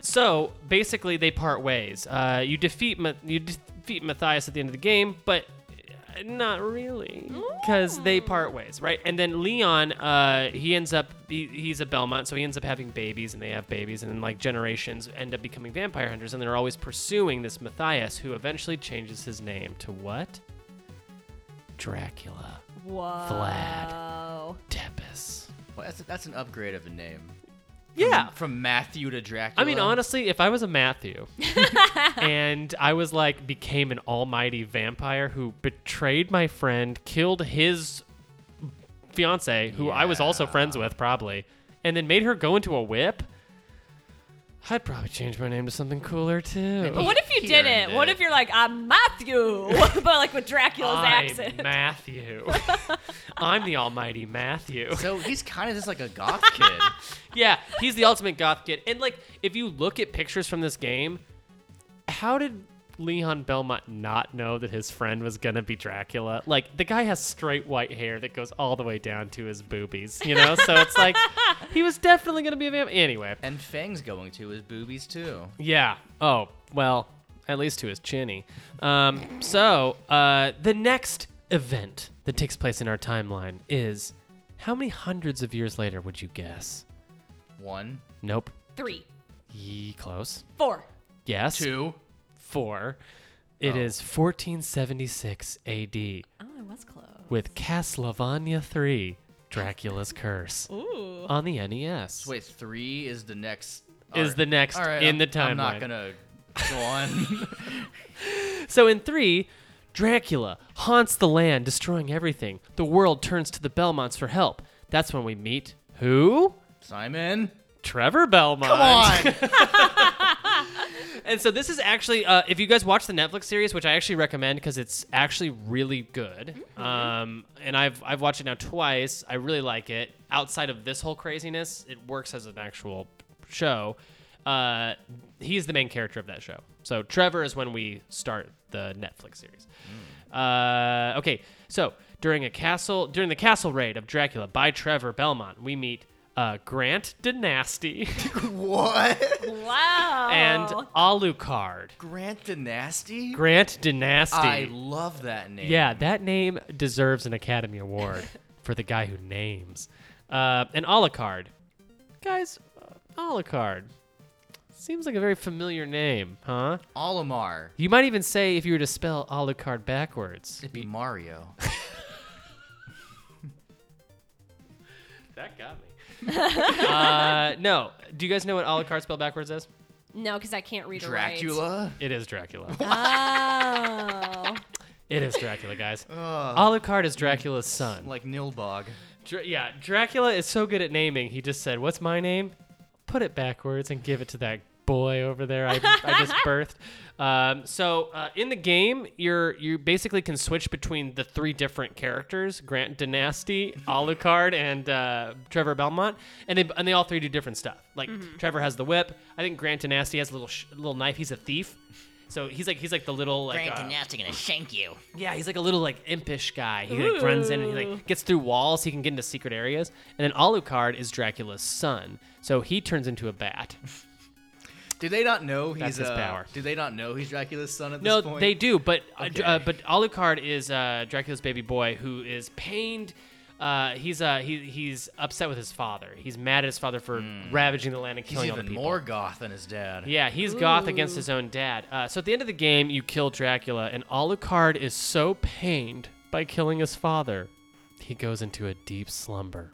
S1: so basically, they part ways. Uh, you defeat Ma- you defeat Matthias at the end of the game, but uh, not really, because they part ways, right? And then Leon, uh, he ends up he, he's a Belmont, so he ends up having babies, and they have babies, and then like generations end up becoming vampire hunters, and they're always pursuing this Matthias, who eventually changes his name to what? Dracula
S3: Whoa.
S1: Tepes.
S2: Well, that's, that's an upgrade of a name.
S1: Yeah,
S2: From Matthew to Dracula.
S1: I mean, honestly, if I was a Matthew and I was like became an almighty vampire who betrayed my friend, killed his fiance, who I was also friends with probably, and then made her go into a whip, I'd probably change my name to something cooler too.
S3: But what if you
S2: He
S3: did
S2: earned
S3: it? What
S2: it.
S3: if you're like, I'm Matthew, but like with Dracula's
S1: I'm
S3: accent?
S1: Matthew. I'm the almighty Matthew.
S2: So he's kind of just like a goth kid.
S1: Yeah, he's the ultimate goth kid. And like, if you look at pictures from this game, how did Leon Belmont not know that his friend was gonna be Dracula? Like, the guy has straight white hair that goes all the way down to his boobies, you know? so it's like he was definitely gonna be a vampire. Anyway,
S2: And Fang's going to his boobies too.
S1: yeah. Oh well, at least to his chinny. Um, so uh, the next event that takes place in our timeline is how many hundreds of years later would you guess?
S2: One,
S1: Nope.
S3: Three,
S1: Ye close.
S3: four.
S1: Yes.
S2: two.
S1: four. It
S2: Oh.
S1: is 1476 AD
S3: Oh, I was close.
S1: with Castlevania 3 Dracula's Curse
S3: Ooh.
S1: on the E NES.
S2: Wait, three is the next.
S1: Is the next
S2: Alright,
S1: in
S2: I'm-
S1: the
S2: I'm
S1: timeline.
S2: not gonna go on.
S1: So in 3, Dracula haunts the land, destroying everything. The world turns to the Belmonts for help. That's when we meet who?
S2: Simon.
S1: Trevor Belmont.
S2: Come on.
S1: And so this is actually, uh, if you guys watch the Netflix series, which I actually recommend because it's actually really good. Um, and I've I've watched it now twice. I really like it. Outside of this whole craziness, it works as an actual show. Uh, he's the main character of that show. So Trevor is when we start the Netflix series. Uh, okay, so during a castle during the castle raid of Dracula by Trevor Belmont, we meet uh, Grant Dynasty
S2: what?
S3: Wow.
S1: and Alucard.
S2: Grant the Nasty.
S1: Grant Dynasty.
S2: I love that name.
S1: yeah, that name deserves an Academy Award for the guy who names. Uh, and Alucard. Guys, uh, Alucard. Seems like a very familiar name, huh?
S2: Olimar.
S1: You might even say if you were to spell Alucard backwards.
S2: It'd be Mario.
S1: That got me. uh, no. Do you guys know what Alucard spelled backwards is?
S3: no, because I can't read or write.
S2: Dracula.
S1: It is Dracula.
S3: Oh.
S1: it is Dracula, guys.
S2: Ugh.
S1: Alucard is Dracula's son.
S2: Like Nilbog.
S1: Dra- yeah, Dracula is so good at naming. He just said, "What's my name?" Put it backwards and give it to that boy over there. I, I just birthed. Um, so uh, in the game, you're you basically can switch between the three different characters: Grant Dynasty, Alucard, and uh, Trevor Belmont, and they and they all three do different stuff. Like Trevor has the whip. I think Grant Dynasty has a little sh- little knife. He's a thief. So he's like he's like the little like uh,
S5: gonna shank you.
S1: yeah, he's like a little like impish guy. He like runs in and he like gets through walls. He can get into secret areas. And then Alucard is Dracula's son, so he turns into a bat.
S2: Do they not know he's
S1: That's his
S2: uh,
S1: power.
S2: Do they not know he's Dracula's son at
S1: no,
S2: this point?
S1: they do, but uh,
S2: Okay.
S1: uh, but Alucard is uh, Dracula's baby boy who is pained. Uh, he's uh, he, he's upset with his father. He's mad at his father for ravaging the land and
S2: Hmm. He's
S1: killing all the
S2: even
S1: people.
S2: more goth than his dad.
S1: Yeah, he's goth against his own dad. Uh, so at the end of the game, you kill Dracula, and Alucard is so pained by killing his father, he goes into a deep slumber.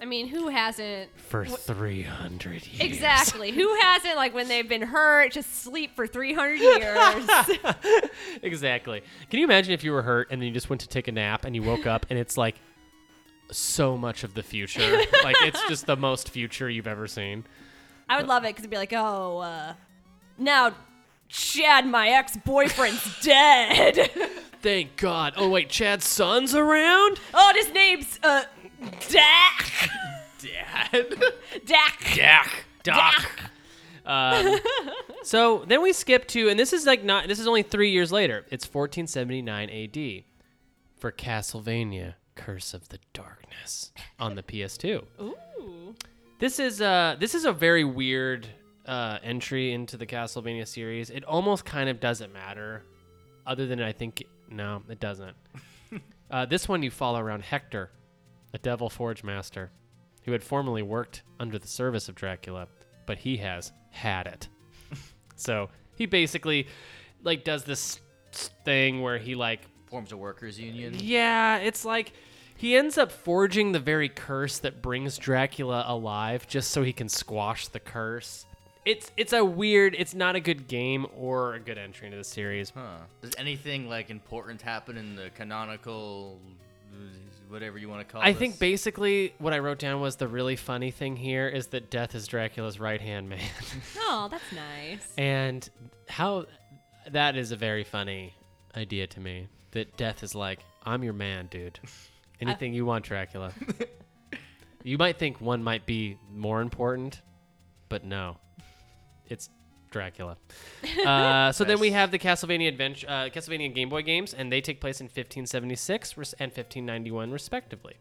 S3: I I mean, who hasn't?
S1: for 300 years.
S3: Exactly. Who hasn't, like, when they've been hurt, just sleep for 300 years?
S1: exactly. Can you imagine if you were hurt and then you just went to take a nap and you woke up and it's like so much of the future. like it's just the most future you've ever seen.
S3: I would love it because it'd be like, oh, uh, now Chad, my ex boyfriend's dead.
S1: Thank God. Oh wait, Chad's son's around?
S3: oh, and his name's, uh, Dak.
S1: Dad.
S3: Dak.
S1: Dak. Doc. Um, so then we skip to, and this is like not. This is only three years later. It's 1479 A.D. for Castlevania: Curse of the Darkness on the PS2.
S3: Ooh.
S1: This is uh this is a very weird uh entry into the Castlevania series. It almost kind of doesn't matter other than I think no, it doesn't. uh, this one you follow around Hector, a devil forge master who had formerly worked under the service of Dracula, but he has had it. so, he basically like does this thing where he like
S2: Forms a workers union.
S1: yeah, it's like he ends up forging the very curse that brings Dracula alive just so he can squash the curse. It's it's a weird, it's not a good game or a good entry into the series.
S2: Huh. Does anything like important happen in the canonical, whatever you want to call?
S1: I
S2: this?
S1: think basically what I wrote down was the really funny thing here is that death is Dracula's right-hand man.
S3: Oh, that's nice.
S1: and how that is a very funny idea to me that death is like i'm your man dude anything you want dracula you might think one might be more important but no it's dracula uh, so then we have the castlevania adventure uh, castlevania game boy games and they take place in 1576 res- and 1591 respectively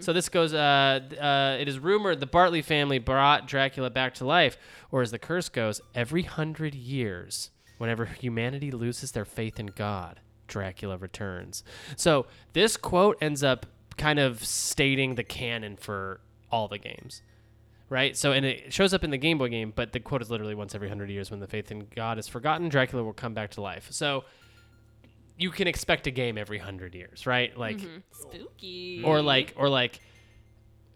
S1: so this goes. Uh, th- uh, it is rumored the Bartley family brought Dracula back to life, or as the curse goes, every hundred years, whenever humanity loses their faith in God, Dracula returns. So this quote ends up kind of stating the canon for all the games, right? So and it shows up in the Game Boy game, but the quote is literally once every hundred years, when the faith in God is forgotten, Dracula will come back to life. So you can expect a game every hundred years, right? Like
S3: Spooky.
S2: Mm-hmm.
S1: or like or like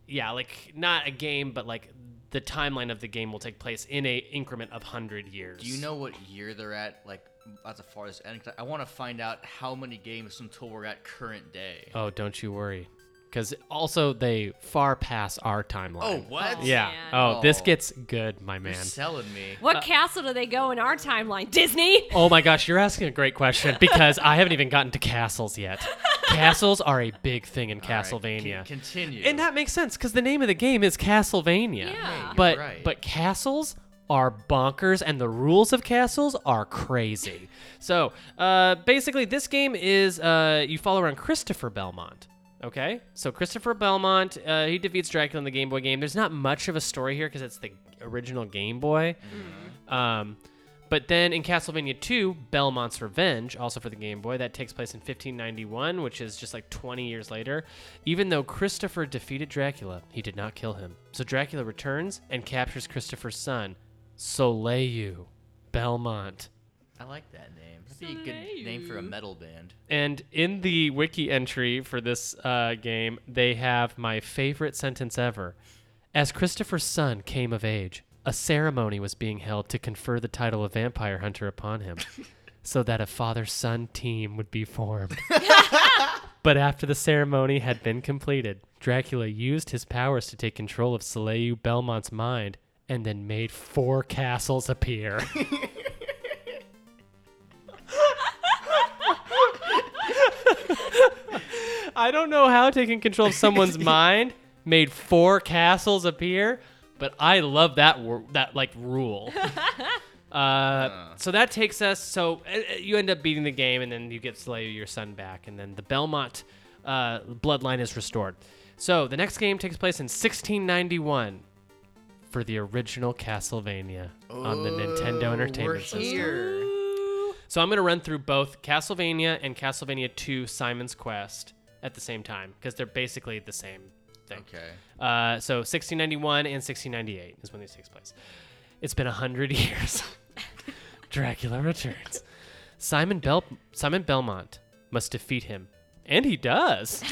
S1: yeah like not a game but like the timeline of the game will take place in a increment of 100 years
S2: Do you know what year they're at? Like at the farthest end. 'Cause I want to find out how many games until we're at current day.
S1: oh don't you worry because also they far pass our timeline
S2: Oh what?
S3: Oh,
S1: yeah
S3: man.
S1: oh this
S2: Oh.
S1: gets good my
S2: You're
S1: man
S2: selling me.
S3: what
S1: uh,
S3: castle do they go in our timeline? Disney?
S1: oh my gosh you're asking a great question because i haven't even gotten to castles yet castles are a big thing in
S2: All right, con-
S1: castlevania
S2: continue.
S1: and that makes sense because the name of the game is Castlevania.
S3: Yeah. Right,
S1: But
S2: right.
S1: but castles are bonkers, and the rules of castles are crazy. so uh, basically, this game is uh, you follow around Christopher Belmont. Okay, so Christopher Belmont uh, he defeats Dracula in the Game Boy game. There's not much of a story here because it's the original Game Boy. Um, but then in Castlevania 2, Belmont's Revenge, also for the Game Boy, that takes place in 1591, which is just like 20 years later. Even though Christopher defeated Dracula, he did not kill him. So Dracula returns and captures Christopher's son, Soleil Belmont.
S2: I like that name. That'd be a good name for a metal band.
S1: And in the wiki entry for this uh, game, they have my favorite sentence ever. As Christopher's son came of age, a ceremony was being held to confer the title of vampire hunter upon him, so that a father son team would be formed. but after the ceremony had been completed, Dracula used his powers to take control of Soleil Belmont's mind and then made four castles appear. I don't know how taking control of someone's mind made four castles appear, but I love that wor- that like rule. Uh, so that takes us. So uh, uh, you end up beating the game, and then you get Slayer, your son, back, and then the Belmont uh, bloodline is restored. So the next game takes place in 1691 for the original Castlevania on the Nintendo
S2: We're
S1: Entertainment System.
S2: here.
S1: So I'm going to run through both Castlevania and Castlevania 2 Simon's Quest at the same time because they're basically the same thing.
S2: Okay.
S1: Uh, so 1691 and 1698 is when these takes place. It's been a hundred years. Dracula returns. Simon Bel Simon Belmont must defeat him, and he does.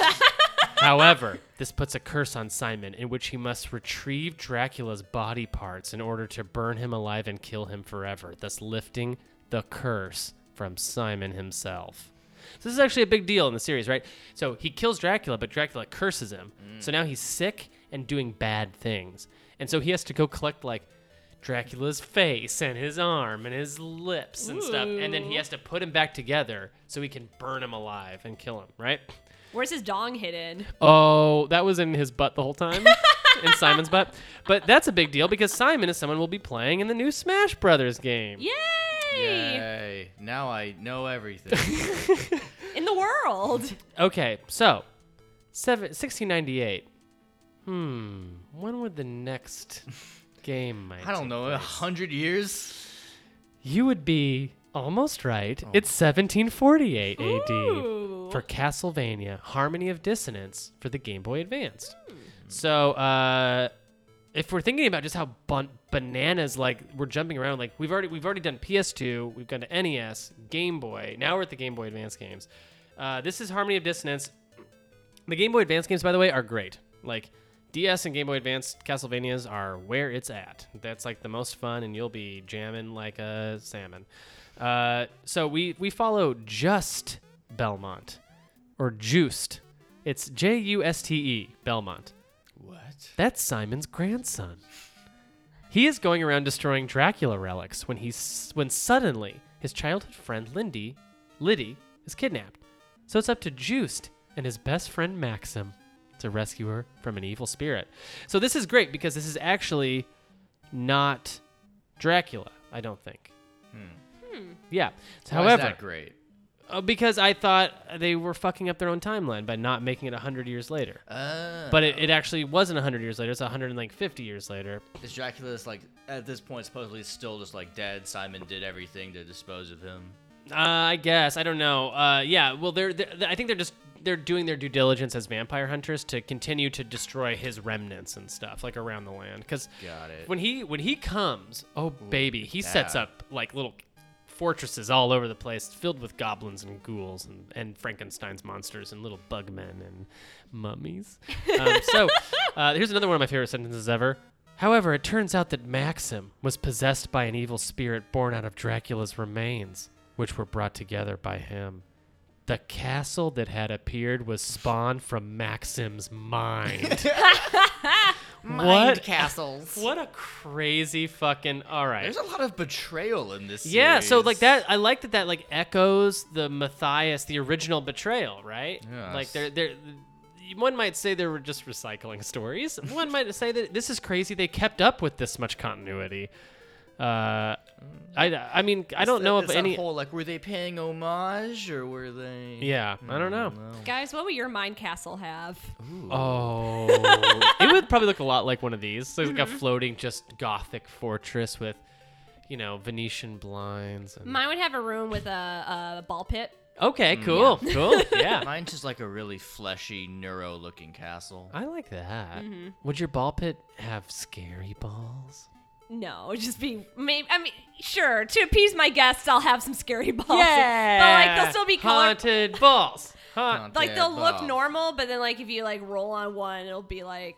S1: However, this puts a curse on Simon, in which he must retrieve Dracula's body parts in order to burn him alive and kill him forever, thus lifting the curse from Simon himself. So this is actually a big deal in the series, right? So he kills Dracula, but Dracula curses him. So now he's sick and doing bad things. And so he has to go collect like Dracula's face and his arm and his lips and stuff. And then he
S3: Ooh.
S1: has to put him back together so he can burn him alive and kill him, right?
S3: Where's his dong hidden?
S1: Oh, that was in his butt the whole time. in Simon's butt. But that's a big deal because Simon is someone we'll be playing in the new Smash Brothers game.
S3: Yay!
S2: Yay. Now I know everything.
S3: In the world.
S1: Okay, so seven, 1698. Hmm. When would the next game might
S2: I don't
S1: take
S2: know,
S1: place?
S2: a hundred years?
S1: You would be almost right. It's 1748
S3: Ooh.
S1: AD for Castlevania Harmony of Dissonance for the Game Boy Advance. So, uh, if we're thinking about just how bun- bananas like we're jumping around, like we've already we've already done PS2, we've gone to NES, Game Boy. Now we're at the Game Boy Advance games. Uh, this is Harmony of Dissonance. The Game Boy Advance games, by the way, are great. Like DS and Game Boy Advance Castlevanias are where it's at. That's like the most fun, and you'll be jamming like a salmon. Uh, so we we follow just Belmont or Juiced. It's J U S T E Belmont.
S2: What?
S1: That's Simon's grandson. He is going around destroying Dracula relics when he's when suddenly his childhood friend Lindy, Liddy, is kidnapped. So it's up to Juiced and his best friend Maxim to rescue her from an evil spirit. So this is great because this is actually not Dracula, I don't think. Yeah.
S2: Hmm. Why is
S1: However,
S2: that great?
S1: uh, because I thought they were fucking up their own timeline by not making it 100 years later.
S2: Uh,
S1: But it, it actually wasn't 100 years later. It's 150 years later.
S2: is Dracula just like at this point supposedly still just like dead? Simon did everything to dispose of him.
S1: Uh, I guess I don't know. Uh, yeah. Well, they're, they're I think they're just they're doing their due diligence as vampire hunters to continue to destroy his remnants and stuff like around the land. Because
S2: Got it.
S1: when he when he comes, oh baby, he sets up like little fortresses all over the place filled with goblins and ghouls and, and Frankenstein's monsters and little bugmen and mummies. Um, so uh, here's another one of my favorite sentences ever. However, it turns out that Maxim was possessed by an evil spirit born out of Dracula's remains, which were brought together by him. The castle that had appeared was spawned from Maxim's mind. what?
S2: castles.
S1: What a crazy fucking. All right.
S2: There's a lot of betrayal in this.
S1: Yeah, so
S2: series.
S1: like that, I like that that like echoes the Matthias, the original betrayal, right? Like
S2: Yes.
S1: they're they're. One might say they were just recycling stories. One might say that this is crazy. They kept up with this much continuity. Uh, I, I mean, I don't
S2: It's
S1: know if
S2: that- it's that
S1: any.
S2: whole like were they paying homage or were they?
S1: yeah, I don't know.
S3: Guys, what would your mind castle have?
S1: Oh, it would probably look a lot like one of these. So it's like a
S3: Mm-hmm.
S1: floating, just gothic fortress with, you know, Venetian blinds. And...
S3: Mine would have a room with a, a ball pit.
S1: Okay, cool, cool, yeah.
S2: Mine's just like a really fleshy, neuro-looking castle.
S1: I like that.
S3: Mm-hmm.
S1: Would your ball pit have scary balls?
S3: No, it'd just be maybe. I mean, sure. To appease my guests, I'll have some scary balls. but like they'll still be colored.
S1: haunted balls. Haunt-
S3: Like they'll look normal, but then like if you like roll on one, it'll be like,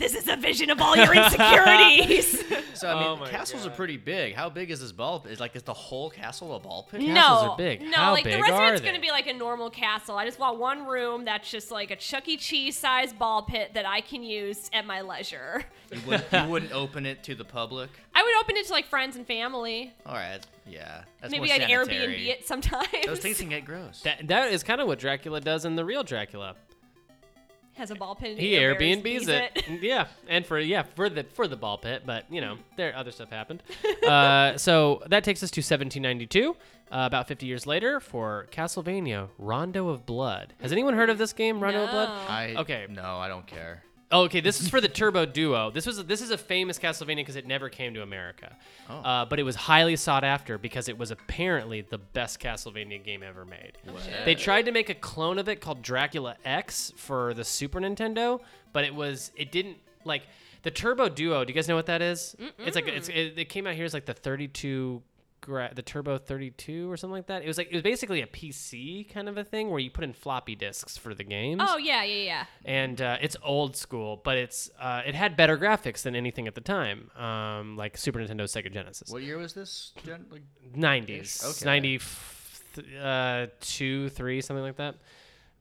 S3: this is a vision of all your insecurities.
S2: So I
S1: Oh
S2: mean,
S1: my
S2: castles
S1: God.
S2: are pretty big. How big is this ball? pit? Is like is the whole castle a ball pit?
S1: Castles
S3: no,
S1: are big.
S3: no,
S1: How
S3: like
S1: big
S3: the
S1: are
S3: restaurant's
S1: they?
S3: gonna be like a normal castle. I just want one room that's just like a Chuck E. Cheese sized ball pit that I can use at my leisure.
S2: You, wouldn't, you wouldn't open it to the public.
S3: I would open it to like friends and family.
S2: All right, yeah, that's
S3: Maybe
S2: more
S3: I'd
S2: sanitary.
S3: Airbnb it sometimes.
S2: Those things can get gross.
S1: That, that is kind of what Dracula does in the real Dracula.
S3: Has a ball pit. in
S1: He
S3: it, or
S1: Airbnbs
S3: buries
S1: it. yeah, and for yeah for the for the ball pit, but you know there other stuff happened. uh, so that takes us to 1792, uh, about 50 years later for Castlevania Rondo of Blood. Has anyone heard of this game, Rondo of Blood?
S3: No.
S2: I
S1: Okay.
S2: No, I don't care.
S1: Oh, okay, this is for the Turbo Duo. This was this is a famous Castlevania because it never came to America, uh, but it was highly sought after because it was apparently the best Castlevania game ever made. They tried to make a clone of it called Dracula X for the Super Nintendo, but it was it didn't like the Turbo Duo. Do you guys know what that is? It's like it's, it, it came out here as like the 32 gra- the Turbo 32 or something like that. It was like it was basically a PC kind of a thing where you put in floppy disks for the games.
S3: Oh yeah, yeah, yeah.
S1: and uh, it's old school, but it's uh, it had better graphics than anything at the time, um, like Super Nintendo, Sega Genesis,
S2: What year was this? Gen- like,
S1: nineties,
S2: Okay.
S1: ninety uh, two, three, something like that.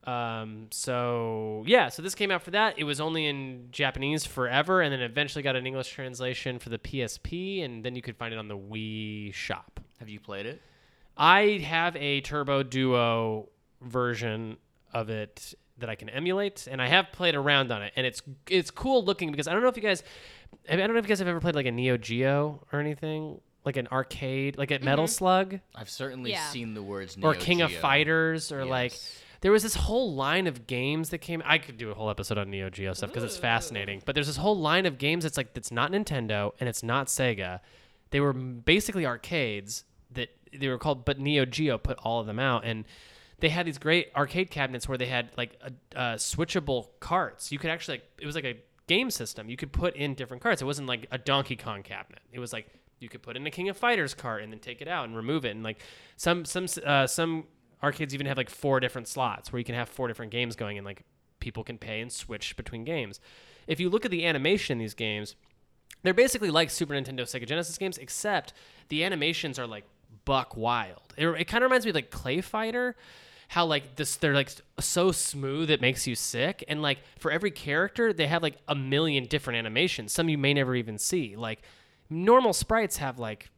S1: Um, so yeah, so this came out for that. It was only in Japanese forever, and then eventually got an English translation for the PSP, and then you could find it on the Wii Shop.
S2: have you played it?
S1: I have a Turbo Duo version of it that I can emulate, and I have played around on it, and it's it's cool looking because I don't know if you guys, I don't know if you guys have ever played like a Neo Geo or anything like an arcade, like a Metal Slug
S2: I've certainly
S3: Yeah.
S2: seen the words Mm-hmm. Neo
S1: or King of
S2: Geo.
S1: Fighters or like
S2: Yes.
S1: there was this whole line of games that came I could do a whole episode on Neo Geo stuff because it's fascinating but there's this whole line of games that's like that's not Nintendo and it's not Sega they were m- basically arcades that they were called but Neo Geo put all of them out and they had these great arcade cabinets where they had like a, uh, switchable carts you could actually like it was like a game system you could put in different carts it wasn't like a Donkey Kong cabinet it was like you could put in a King of Fighters cart and then take it out and remove it and like some some uh, some arcades even have like four different slots where you can have four different games going and like people can pay and switch between games. If you look at the animation in these games, they're basically like Super Nintendo Sega Genesis games, except the animations are like buck wild. It, it kind of reminds me of like Clay Fighter, how like this they're like so smooth it makes you sick, and like for every character they have like a million different animations. Some you may never even see. Like normal sprites have like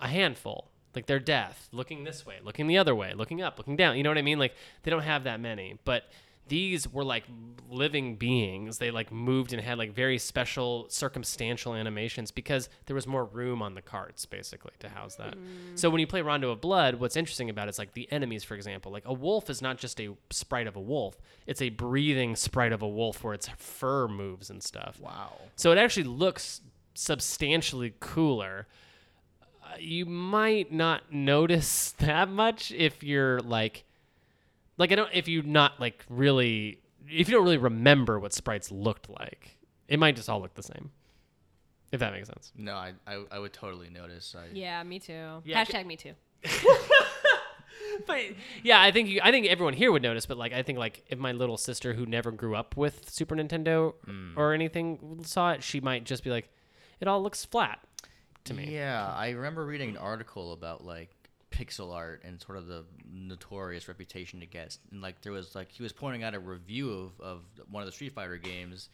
S1: a handful. Like they're deaf, looking this way, looking the other way, looking up, looking down. You know what I mean? Like they don't have that many, but these were like living beings. They like moved and had like very special circumstantial animations because there was more room on the carts basically to house that. So when you play Rondo of Blood, what's interesting about it is like the enemies, for example, like a wolf is not just a sprite of a wolf; it's a breathing sprite of a wolf where its fur moves and stuff.
S2: Wow.
S1: So it actually looks substantially cooler. Uh, you might not notice that much if you're like, like I don't. If you not like really, if you don't really remember what sprites looked like, it might just all look the same. If that makes sense.
S2: No, I, I, I would totally notice. I,
S3: Yeah, me too.
S1: Yeah,
S3: Hashtag me too.
S1: But yeah, I think you, I think everyone here would notice. But like, I think like if my little sister who never grew up with Super Nintendo or anything saw it, she might just be like, "It all looks flat." to me.
S2: Yeah, I remember reading an article about like pixel art and sort of the notorious reputation it gets. And like there was like he was pointing out a review of, of one of the Street Fighter games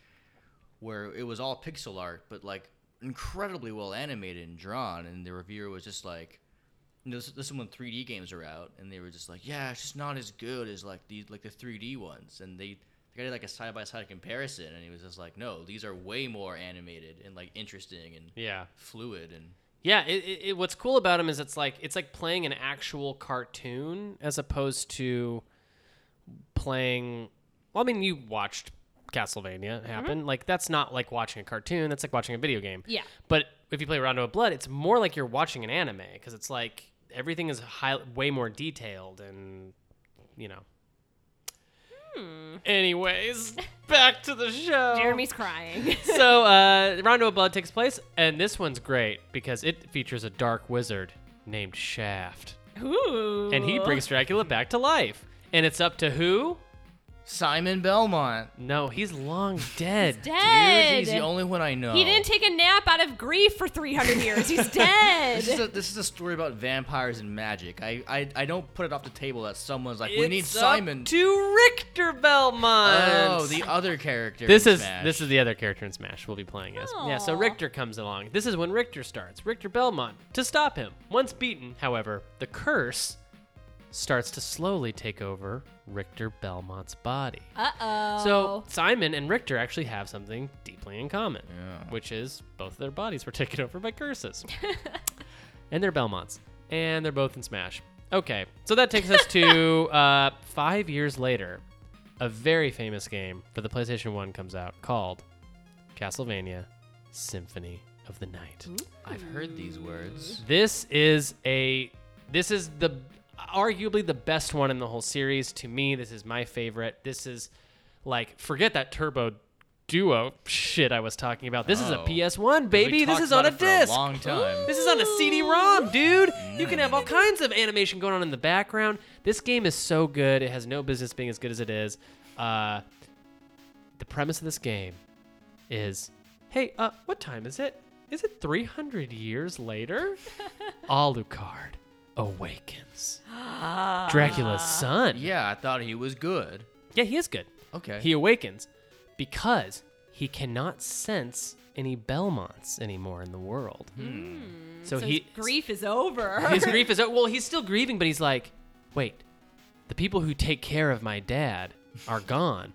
S2: where it was all pixel art, but like incredibly well animated and drawn. And the reviewer was just like, you know, this, this is when 3D games are out, and they were just like, yeah, it's just not as good as like the like the 3D ones. And they they did like a side by side comparison, and he was just like, no, these are way more animated and like interesting and
S1: Yeah.
S2: fluid and
S1: Yeah, it, it, it, what's cool about him is it's like it's like playing an actual cartoon as opposed to playing. Well, I mean, you watched Castlevania happen. Like that's not like watching a cartoon. That's like watching a video game.
S3: Yeah.
S1: But if you play Rondo of Blood, it's more like you're watching an anime because it's like everything is high, way more detailed and you know. Anyways, back to the show
S3: Jeremy's crying.
S1: so uh, Rondo of Blood takes place, and this one's great because it features a dark wizard named Shaft,
S3: Ooh.
S1: and he brings Dracula back to life. And it's up to who?
S2: Simon Belmont.
S1: No, he's long dead.
S3: dead.
S2: Dude, he's the only one I know.
S3: he didn't take a nap out of grief for 300 years. He's
S2: This is,
S3: dead.
S2: a, this is a story about vampires and magic. I, I, I don't put it off the table that someone's like, we need
S1: It's
S2: Simon.
S1: Up to Richter Belmont.
S2: oh, the other character.
S1: this
S2: in
S1: is
S2: Smash.
S1: this is the other character in Smash we'll be playing as. Yeah, so
S3: Aw.
S1: Richter comes along. This is when Richter starts. Richter Belmont to stop him. Once beaten, however, the curse starts to slowly take over Richter Belmont's body.
S3: Uh oh.
S1: So Simon and Richter actually have something deeply in common, which is both their bodies were taken over by curses, and they're Belmonts, and they're both in Smash. Okay, so that takes us to uh, five years later. A very famous game for the PlayStation One comes out called Castlevania Symphony of the Night.
S2: I've heard these words.
S1: This is a this is the arguably the best one in the whole series to me. This is my favorite. This is like forget that Turbo Duo shit I was talking about. This is a
S2: Oh.
S1: PS1, baby.
S2: We
S1: This
S2: talked
S1: is on a
S2: about it
S1: disc.
S2: For a long time.
S1: This is on a CD-ROM, dude. You can have all kinds of animation going on in the background. This game is so good; it has no business being as good as it is. Uh, the premise of this game is, hey, uh, what time is it? Is it 300 years later? Alucard awakens. Dracula's son.
S2: Ah. Yeah, I thought he was good.
S1: yeah, he is good.
S2: Okay.
S1: He awakens because he cannot sense any Belmonts anymore in the world.
S2: Hmm.
S1: So,
S3: So his
S1: he
S3: grief is over.
S1: his grief is well, he's still grieving, but he's like, wait, the people who take care of my dad are gone.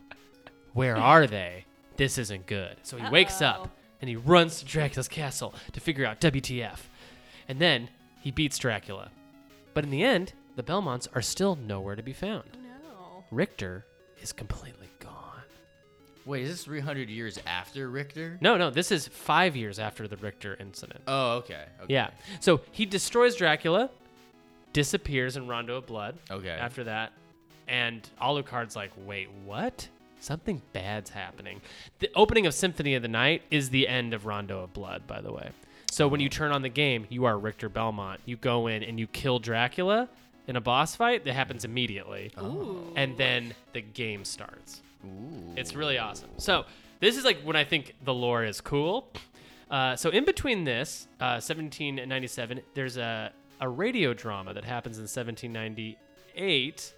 S1: Where are they? This isn't good. So he wakes up and he runs to Dracula's castle to figure out WTF. And then he beats Dracula. But in the end, the Belmonts are still nowhere to be found.
S3: no.
S1: Richter is completely gone.
S2: Wait, is this 300 years after Richter?
S1: No, no, this is five years after the Richter incident.
S2: Oh, okay. okay.
S1: Yeah. So he destroys Dracula, disappears in Rondo of Blood.
S2: Okay.
S1: After that, and Alucard's like, wait, what? Something bad's happening. The opening of Symphony of the Night is the end of Rondo of Blood, by the way. So when you turn on the game, you are Richter Belmont. You go in and you kill Dracula in a boss fight. That happens immediately.
S2: Oh.
S1: And then the game starts.
S2: Ooh.
S1: It's really awesome. So this is like when I think the lore is cool. Uh, so in between this, uh, 1797, there's a, a radio drama that happens in 1798.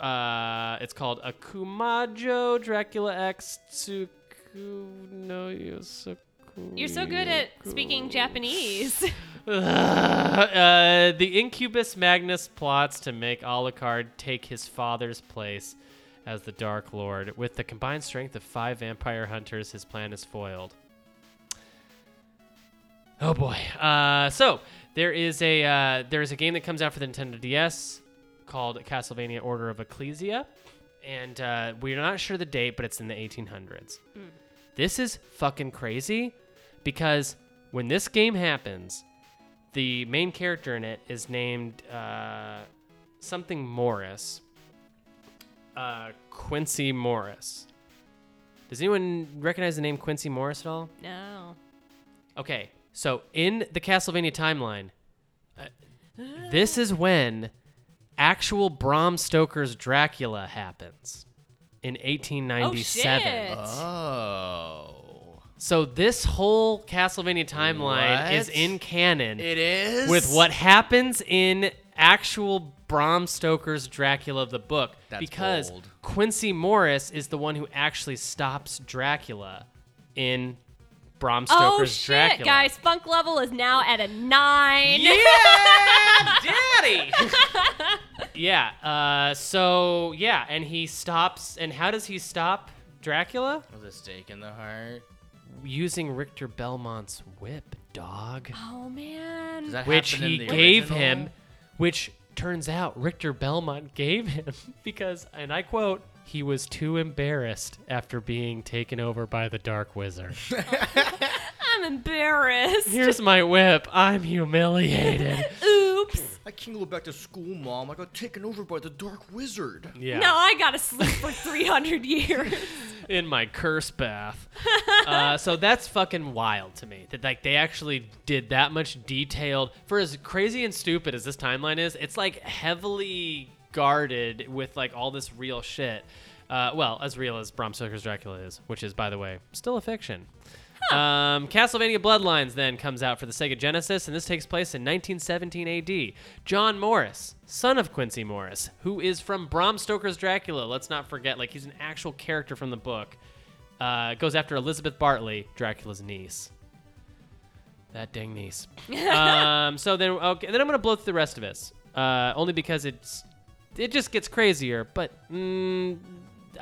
S1: Uh, it's called Akumajo Dracula X Tsuku no Yosaku.
S3: You're so good at speaking Japanese.
S1: Uh, the incubus Magnus plots to make Alucard take his father's place as the Dark Lord. With the combined strength of five vampire hunters, his plan is foiled. Oh boy. Uh, so there is a uh, there is a game that comes out for the Nintendo DS called Castlevania Order of Ecclesia, and uh, we're not sure the date, but it's in the 1800s. This is fucking crazy because when this game happens, the main character in it is named uh, something Morris. Uh, Quincy Morris. Does anyone recognize the name Quincy Morris at all?
S3: no.
S1: Okay, so in the Castlevania timeline, uh, this is when actual Bram Stoker's Dracula happens in
S3: Oh
S1: 1897.
S3: shit.
S1: Uh-huh.
S2: Oh.
S1: so this whole Castlevania timeline
S2: What?
S1: is in canon
S2: It is.
S1: with what happens in actual Bram Stoker's Dracula of the book
S2: That's
S1: because
S2: bold.
S1: Quincy Morris is the one who actually stops Dracula in Bram Stoker's
S3: oh shit,
S1: Dracula.
S3: guys! Funk level is now at a nine.
S1: Yeah, daddy. yeah. Uh, so yeah, and he stops. And how does he stop Dracula?
S2: With a stake in the heart.
S1: Using Richter Belmont's whip, dog,
S3: Oh man.
S2: Does that
S1: which
S2: happen in
S1: he
S2: the
S1: gave
S2: original?
S1: him, which turns out Richter Belmont gave him because, and I quote. He was too embarrassed after being taken over by the Dark Wizard.
S3: I'm embarrassed.
S1: Here's my whip. I'm humiliated.
S3: Oops.
S2: I can't go back to school, Mom. I got taken over by the Dark Wizard.
S1: Yeah.
S3: No, I gotta sleep for 300 years.
S1: in my curse bath. uh, so that's fucking wild to me that like they actually did that much detailed for as crazy and stupid as this timeline is. It's like heavily guarded with like all this real shit. Uh, well, as real as Bram Stoker's Dracula is, which is by the way still a fiction. Um, Castlevania Bloodlines then comes out for the Sega Genesis, and this takes place in 1917 AD. John Morris, son of Quincy Morris, who is from Bram Stoker's Dracula, let's not forget, like he's an actual character from the book, uh, goes after Elizabeth Bartley, Dracula's niece. That dang niece. um, so then, okay, then I'm gonna blow through the rest of this, uh, only because it's it just gets crazier. But mm,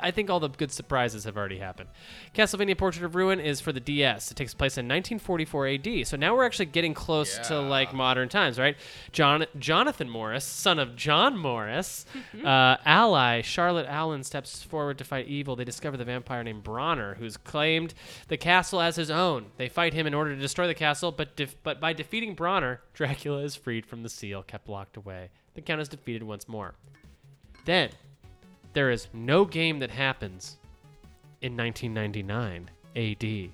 S1: I think all the good surprises have already happened. Castlevania Portrait of Ruin is for the DS. It takes place in 1944 AD. So now we're actually getting close to
S2: Yeah.
S1: like modern times, right? John Jonathan Morris, son of John Morris, uh, ally Charlotte Allen steps forward to fight evil. They discover the vampire named Bronner, who's claimed the castle as his own. They fight him in order to destroy the castle, but def- but by defeating Bronner, Dracula is freed from the seal kept locked away. The count is defeated once more. Then there is no game that happens in 1999 AD.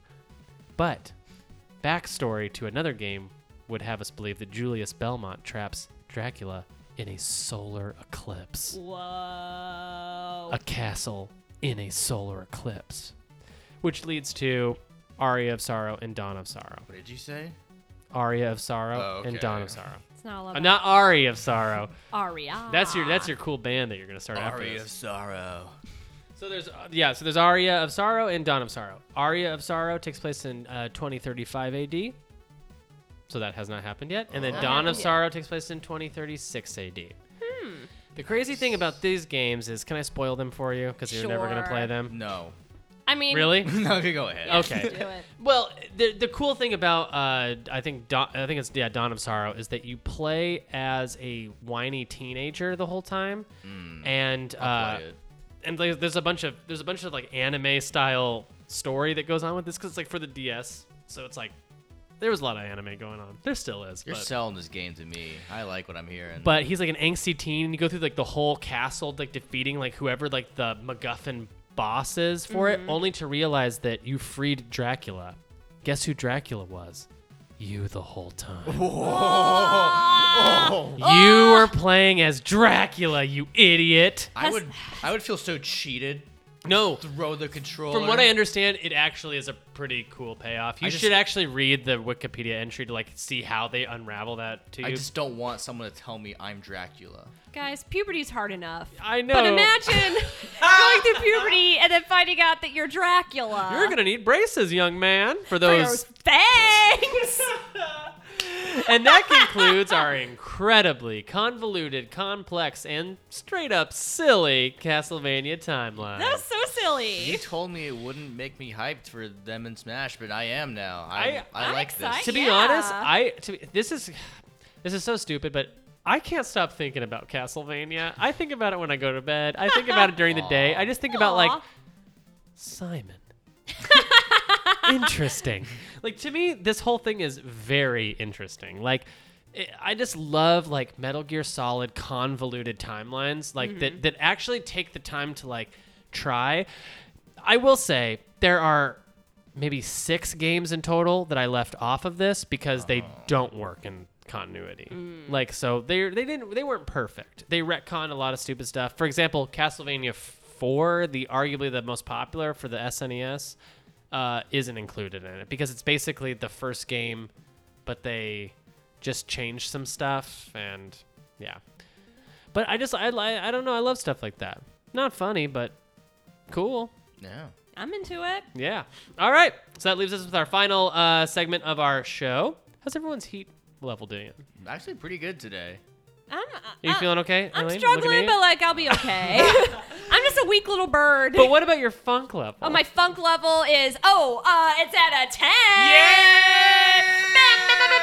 S1: But backstory to another game would have us believe that Julius Belmont traps Dracula in a solar eclipse.
S3: Whoa.
S1: A castle in a solar eclipse. Which leads to Aria of Sorrow and Dawn of Sorrow.
S2: What did you say?
S1: Aria of Sorrow
S2: Oh,
S1: and
S2: okay.
S1: Dawn of Sorrow.
S3: It's not all E
S1: Uh,
S3: about
S1: not Aria of Sorrow.
S3: Aria.
S1: That's your that's your cool band that you're gonna start after.
S2: Aria
S1: this.
S2: of Sorrow.
S1: So there's uh, yeah, so there's Aria of Sorrow and Dawn of Sorrow. Aria of Sorrow takes place in uh, 2035 AD. So that has not happened yet. And then Dawn of Sorrow takes place in 2036 AD. Hmm. The crazy thing about these games is can I spoil them for you cuz you're never going to
S3: Sure.
S1: play them?
S2: No.
S3: I mean,
S1: Really?
S2: no, okay, go ahead.
S1: Okay.
S3: Do it.
S1: Well, the the cool thing about uh, I think Dawn, I think it's yeah Dawn of Sorrow is that you play as a whiny teenager the whole time, and uh,
S2: Hmm. play it.
S1: and like, there's a bunch of there's a bunch of like anime style story that goes on with this because it's like for the DS, so it's like there was a lot of anime going on. There still is.
S2: You're
S1: but-
S2: selling this game to me. I like what I'm hearing.
S1: but he's like an angsty teen, and you go through like the whole castle, like defeating like whoever like the MacGuffin boss is for it, only to realize that you freed Dracula. Guess who Dracula was? You the whole time. You were playing as Dracula, you idiot.
S2: I would I would feel so cheated.
S1: No,
S2: Throw the controller.
S1: from what I understand, it actually is a pretty cool payoff. You
S2: I just-
S1: should actually read the Wikipedia entry to like see how they unravel that to you.
S2: I just don't want someone to tell me I'm Dracula.
S3: Guys, puberty's hard enough.
S1: I know.
S3: But imagine going through puberty and then finding out that you're Dracula.
S1: You're gonna need braces, young man, for
S3: For
S1: those
S3: your fangs.
S1: And that concludes our incredibly convoluted, complex, and straight up silly Castlevania timeline.
S3: that was so
S2: You
S3: silly.
S2: told me it wouldn't make me hyped for them in Smash, but I am now.
S1: I-
S2: I I,
S3: I'm
S2: like
S3: excited.
S1: to be
S3: yeah.
S1: honest, I to, be- this is this is so stupid, but I can't stop thinking about Castlevania. I think about it when I go to bed. I think about it during the day. I just think about like
S3: Aw.
S1: Simon. interesting. Like to me, this whole thing is very interesting. Like i I just love like Metal Gear Solid convoluted timelines, like that that actually take the time to like try. I will say there are maybe six games in total that I left off of this because they don't work in continuity. Like so they they didn't they weren't perfect. They retcon a lot of stupid stuff. For example, Castlevania 4, the arguably the most popular for the E SNES, uh, isn't included in it because it's basically the first game, but they just changed some stuff and yeah. But I just I li- I don't know I love stuff like that. Not funny, but cool.
S2: this. Yeah.
S3: I'm into it.
S1: Yeah. All right. So that leaves us with our final uh, segment of our show. How's everyone's heat level doing?
S2: Actually pretty good today.
S3: I'm,
S1: Are you
S3: I-
S1: feeling okay?
S3: Uh, I'm
S1: Elaine? Looking at
S3: struggling,
S1: you?
S3: but like I'll be okay. I'm just a weak little bird.
S1: But what about your funk level?
S3: Oh, my funk level is oh, uh, it's at a ten.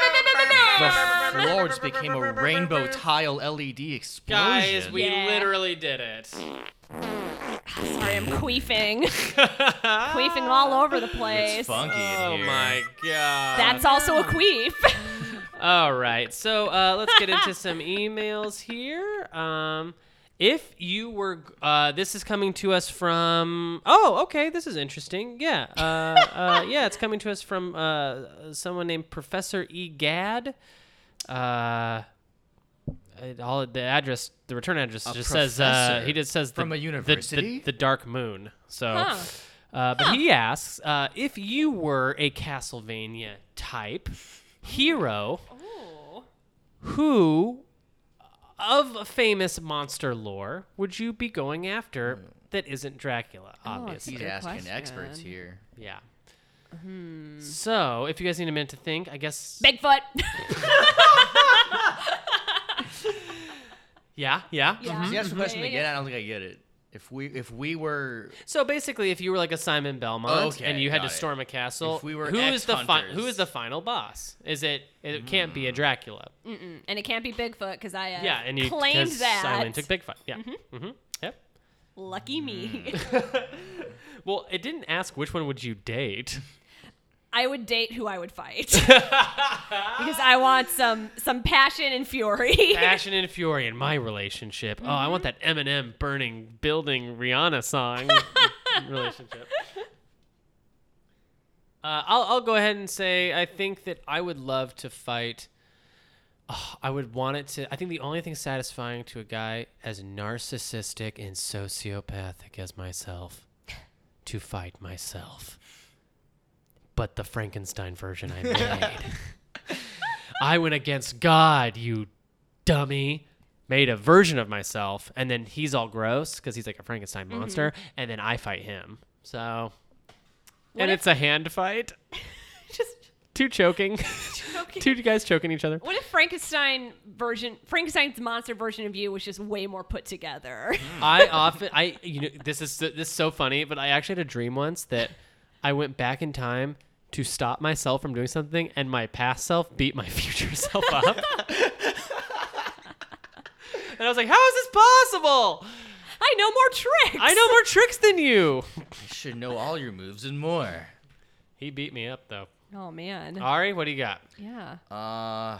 S2: The Flords became a rainbow tile LED explosion.
S1: Guys, we
S3: Yeah.
S1: literally did it.
S3: Sorry, I'm queefing, queefing all over the place.
S2: it's funky
S1: Oh
S2: in here.
S1: my god.
S3: That's also a queef.
S1: All right. So uh, let's get into some emails here. Um, if you were, uh, this is coming to us from. Oh, okay. This is interesting. Yeah. Uh, uh, yeah, it's coming to us from uh, someone named Professor E. Gad. Uh, it- all the address, the return address just says uh,
S2: professor
S1: he just says
S2: from
S1: the,
S2: a
S1: the-
S2: university?
S1: the, the Dark Moon. So.
S3: Huh.
S1: Uh, but he asks uh, if you were a Castlevania type hero, who of famous monster lore would you be going
S2: Hmm.
S1: after that isn't Dracula, obviously?
S2: He's
S3: Good
S2: asking
S3: question.
S2: experts here.
S1: yeah. So, if you guys need a minute to think, I guess.
S3: Bigfoot.
S1: yeah, yeah. mhm.
S2: Can you ask the question
S3: Yeah,
S2: again?
S3: yeah.
S2: I don't think I get it. If we if we were
S1: So basically, if you were like a Simon Belmont
S2: Okay,
S1: and you had to
S2: got it.
S1: storm a castle,
S2: If we were
S1: who is the fi-
S2: ex-hunters. Hmm.
S1: who is the final boss? Is it? It can't be a Dracula.
S3: and it can't be Bigfoot because I uh,
S1: Yeah, and you
S3: claimed
S1: 'cause
S3: that.
S1: Silent took Bigfoot. Yeah. Mm-hmm. Yep.
S3: Lucky
S1: Hmm.
S3: me.
S1: Well, it didn't ask which one would you date.
S3: I would date who I would fight because I want some some passion and fury.
S1: Passion and fury in my relationship. Oh, I want that Eminem burning building Rihanna song relationship. Uh, I'll, I'll go ahead and say I think that I would love to fight. Ugh, I would want it to. I think the only thing satisfying to a guy as narcissistic and sociopathic as myself to fight myself. But the Frankenstein version I made. I went against God, you dummy. Made a version of myself, and then he's all gross because he's like a Frankenstein monster, and then I fight him. So, and
S3: if-
S1: it's a hand fight.
S3: Just
S1: Two choking,
S3: joking.
S1: two guys choking each other.
S3: What if Frankenstein version, Frankenstein's monster version of you was just way more put together?
S1: I often, I you know, this is this is so funny, but I actually had a dream once that I went back in time to stop myself from doing something, and my past self beat my future self up. and I was like, "How is this possible?
S3: I know more tricks.
S1: I know more tricks than you."
S2: I should know all your moves and more.
S1: He beat me up though.
S3: Oh man.
S1: Ari, what do you got?
S3: yeah.
S2: Uh,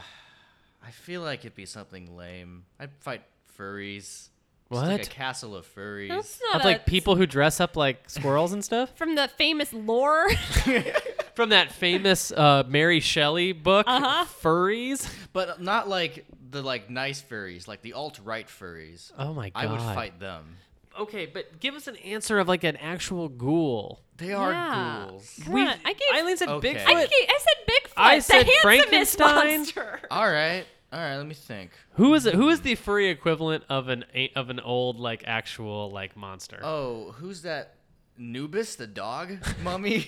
S2: I feel like it'd be something lame. I'd fight furries. Just
S1: What?
S2: like a castle of furries.
S3: That's
S1: Of
S3: not a-
S1: like people who dress up like squirrels and stuff
S3: from the famous lore.
S1: from that famous uh, Mary Shelley book,
S3: Uh-huh.
S1: furries.
S2: But not like the like nice furries, like the alt right furries.
S1: Oh my god!
S2: I would fight them.
S1: Okay, but give us an answer of like an actual ghoul.
S2: They are
S3: Yeah.
S2: ghouls.
S3: Come on. I gave.
S1: Eileen said
S2: Okay.
S1: Bigfoot.
S3: I, gave, I said Bigfoot.
S1: I said
S3: the handsomest
S1: Frankenstein.
S3: monster.
S2: All right, all right. Let me think.
S1: who is it? Who is the furry equivalent of an a- of an old like actual like monster?
S2: Oh, who's that? Anubis, the dog mummy.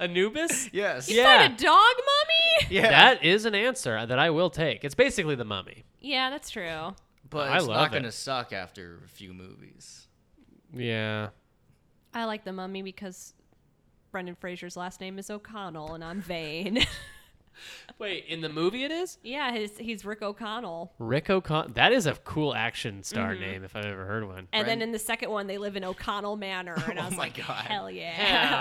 S1: Anubis.
S2: yes.
S1: Yeah.
S3: Is that a dog mummy?
S2: Yeah.
S1: That is an answer that I will take. It's basically the mummy.
S3: Yeah, that's true.
S2: but
S1: I
S2: it's
S1: love
S2: not
S1: it.
S2: gonna suck after a few movies.
S1: Yeah.
S3: I like the mummy because Brendan Fraser's last name is O'Connell, and I'm vain.
S1: Wait, in the movie it is
S3: yeah, his, he's Rick O'Connell.
S1: Rick O'Connell. That is a cool action star name if I've ever heard one.
S3: And
S2: Bren-
S3: then in the second one, they live in O'Connell Manor, and I
S2: Oh
S3: was
S2: my
S3: like,
S2: God.
S3: "Hell yeah!"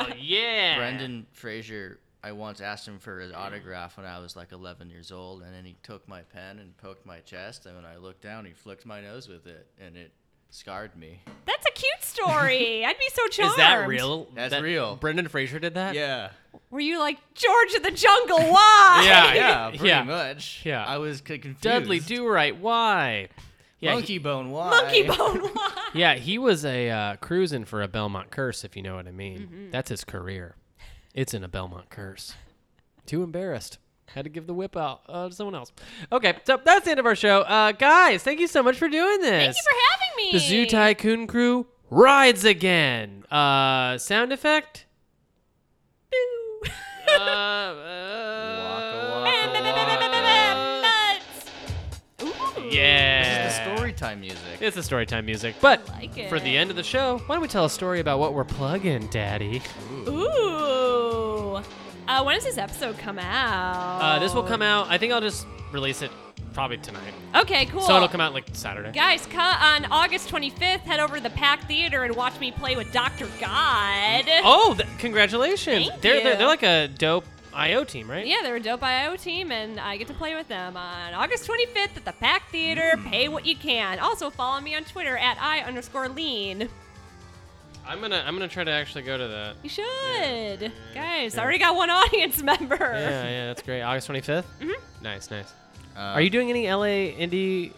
S1: Hell yeah,
S2: Brendan Fraser. I once asked him for his autograph when I was like 11 years old, and then he took my pen and poked my chest, and when I looked down, he flicked my nose with it, and it scarred me.
S3: That's a cute story. I'd be so charmed.
S1: Is that real?
S2: That's
S1: That-
S2: real.
S1: Brendan Fraser did that.
S2: Yeah.
S3: Were you like George of the Jungle? Why?
S1: Yeah,
S2: Yeah, pretty
S1: Yeah.
S2: much.
S1: Yeah.
S2: I was c- confused.
S1: Dudley Do Right. Why? Yeah, he-
S2: Monkey Bone, why?
S3: Monkey Bone. Why?
S1: Yeah, he was a uh, cruising for a Belmont curse, if you know what I mean.
S3: Mm-hmm.
S1: That's his career. It's in a Belmont curse. Too embarrassed. Had to give the whip out uh, to someone else. Okay, so that's the end of our show. Uh, guys, thank you so much for doing this.
S3: Thank you for having me.
S1: the Zoo Tycoon crew rides again. Uh, sound effect?
S3: Boo.
S1: uh, uh,
S2: Waka
S3: Nuts. Ooh.
S1: Yeah.
S2: This is the story time music.
S1: It's the story time music. But
S3: like
S1: for the
S3: it.
S1: end of the show, why don't we tell a story about what we're plugging, Daddy?
S3: Ooh. Uh, when does this episode come out?
S1: Uh, this will come out. I think I'll just release it probably tonight.
S3: Okay, cool.
S1: So it'll come out like Saturday.
S3: Guys, co- on August 25th, head over to the Pack Theater and watch me play with Dr. God.
S1: Oh, th- congratulations!
S3: Thank
S1: they're, they're
S3: you.
S1: they're like a dope IO team, right?
S3: Yeah, they're a dope IO team, and I get to play with them on August 25th at the Pack Theater.
S1: Mm.
S3: Pay what you can. Also, follow me on Twitter at I underscore lean.
S1: I'm gonna I'm gonna try to actually go to that.
S3: You should. Guys, I already got one audience member.
S1: Yeah, yeah, that's great. August 25th. Mm-hmm. Nice, nice.
S2: Uh,
S1: Are you doing any LA indie?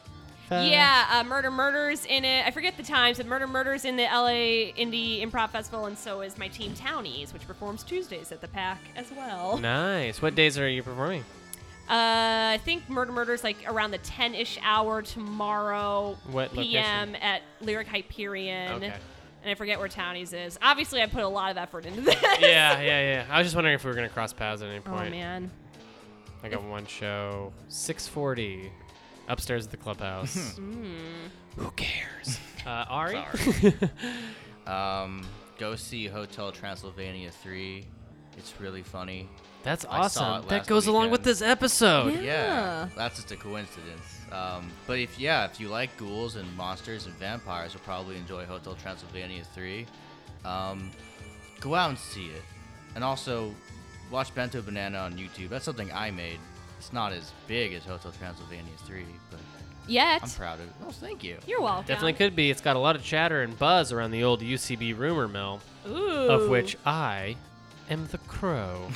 S1: Fest?
S3: Yeah, uh, Murder Murders in it. I forget the times, but Murder Murders in the LA Indie Improv Festival, and so is my team Townies, which performs Tuesdays at the Pack as well.
S1: Nice. What days are you performing?
S3: Uh, I think Murder Murders like around the 10-ish hour tomorrow
S1: What
S3: p.m.
S1: location?
S3: at Lyric Hyperion.
S1: Okay.
S3: And I forget where Townies is. Obviously, I put a lot of effort into this.
S1: yeah, yeah, yeah. I was just wondering if we were gonna cross paths at any
S3: Oh
S1: point.
S3: man.
S1: I got one show, 6:40, upstairs at the clubhouse.
S3: Mm.
S1: Who cares? Uh, Ari.
S2: Um, go see Hotel Transylvania 3. It's really funny.
S1: That's
S2: I saw
S1: awesome.
S2: it
S1: That
S2: last
S1: goes along with
S2: weekend.
S1: this episode.
S3: Yeah.
S2: Yeah, that's just a coincidence. Um, but if yeah, if you like ghouls and monsters and vampires, you'll probably enjoy Hotel Transylvania 3. Um, go out and see it, and also watch Bento Banana on YouTube. That's something I made. It's not as big as Hotel Transylvania 3, but
S3: Yet.
S2: I'm proud of it. Oh, thank you.
S3: You're welcome.
S1: Definitely could be. It's got a lot of chatter and buzz around the old UCB rumor mill,
S3: Ooh.
S1: of which I am the crow.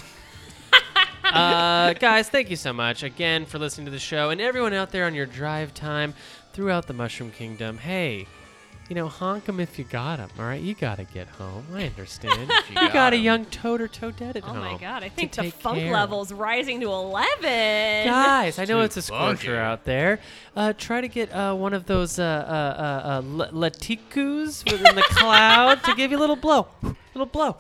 S1: uh, guys, thank you so much again for listening to the show and everyone out there on your drive time throughout the Mushroom Kingdom. Hey, you know, honk 'em if you got 'em, all right? You got to get home. I understand.
S2: you
S1: you
S2: got
S1: got, a
S2: 'em.
S1: young toad or toadette at
S3: Oh
S1: home.
S3: my god, I
S1: to
S3: think the
S1: take
S3: funk
S1: care of.
S3: level's rising to 11.
S1: Guys, I know
S2: too
S1: it's a scorcher
S2: funky.
S1: out there. Uh, try to get uh, one of those uh, uh, uh, uh, la- latikus within the cloud to give you a little blow, little blow,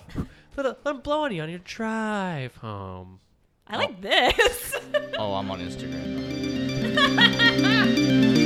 S1: little, let 'em blow on you on your drive home.
S3: I like this.
S2: Oh, I'm on Instagram.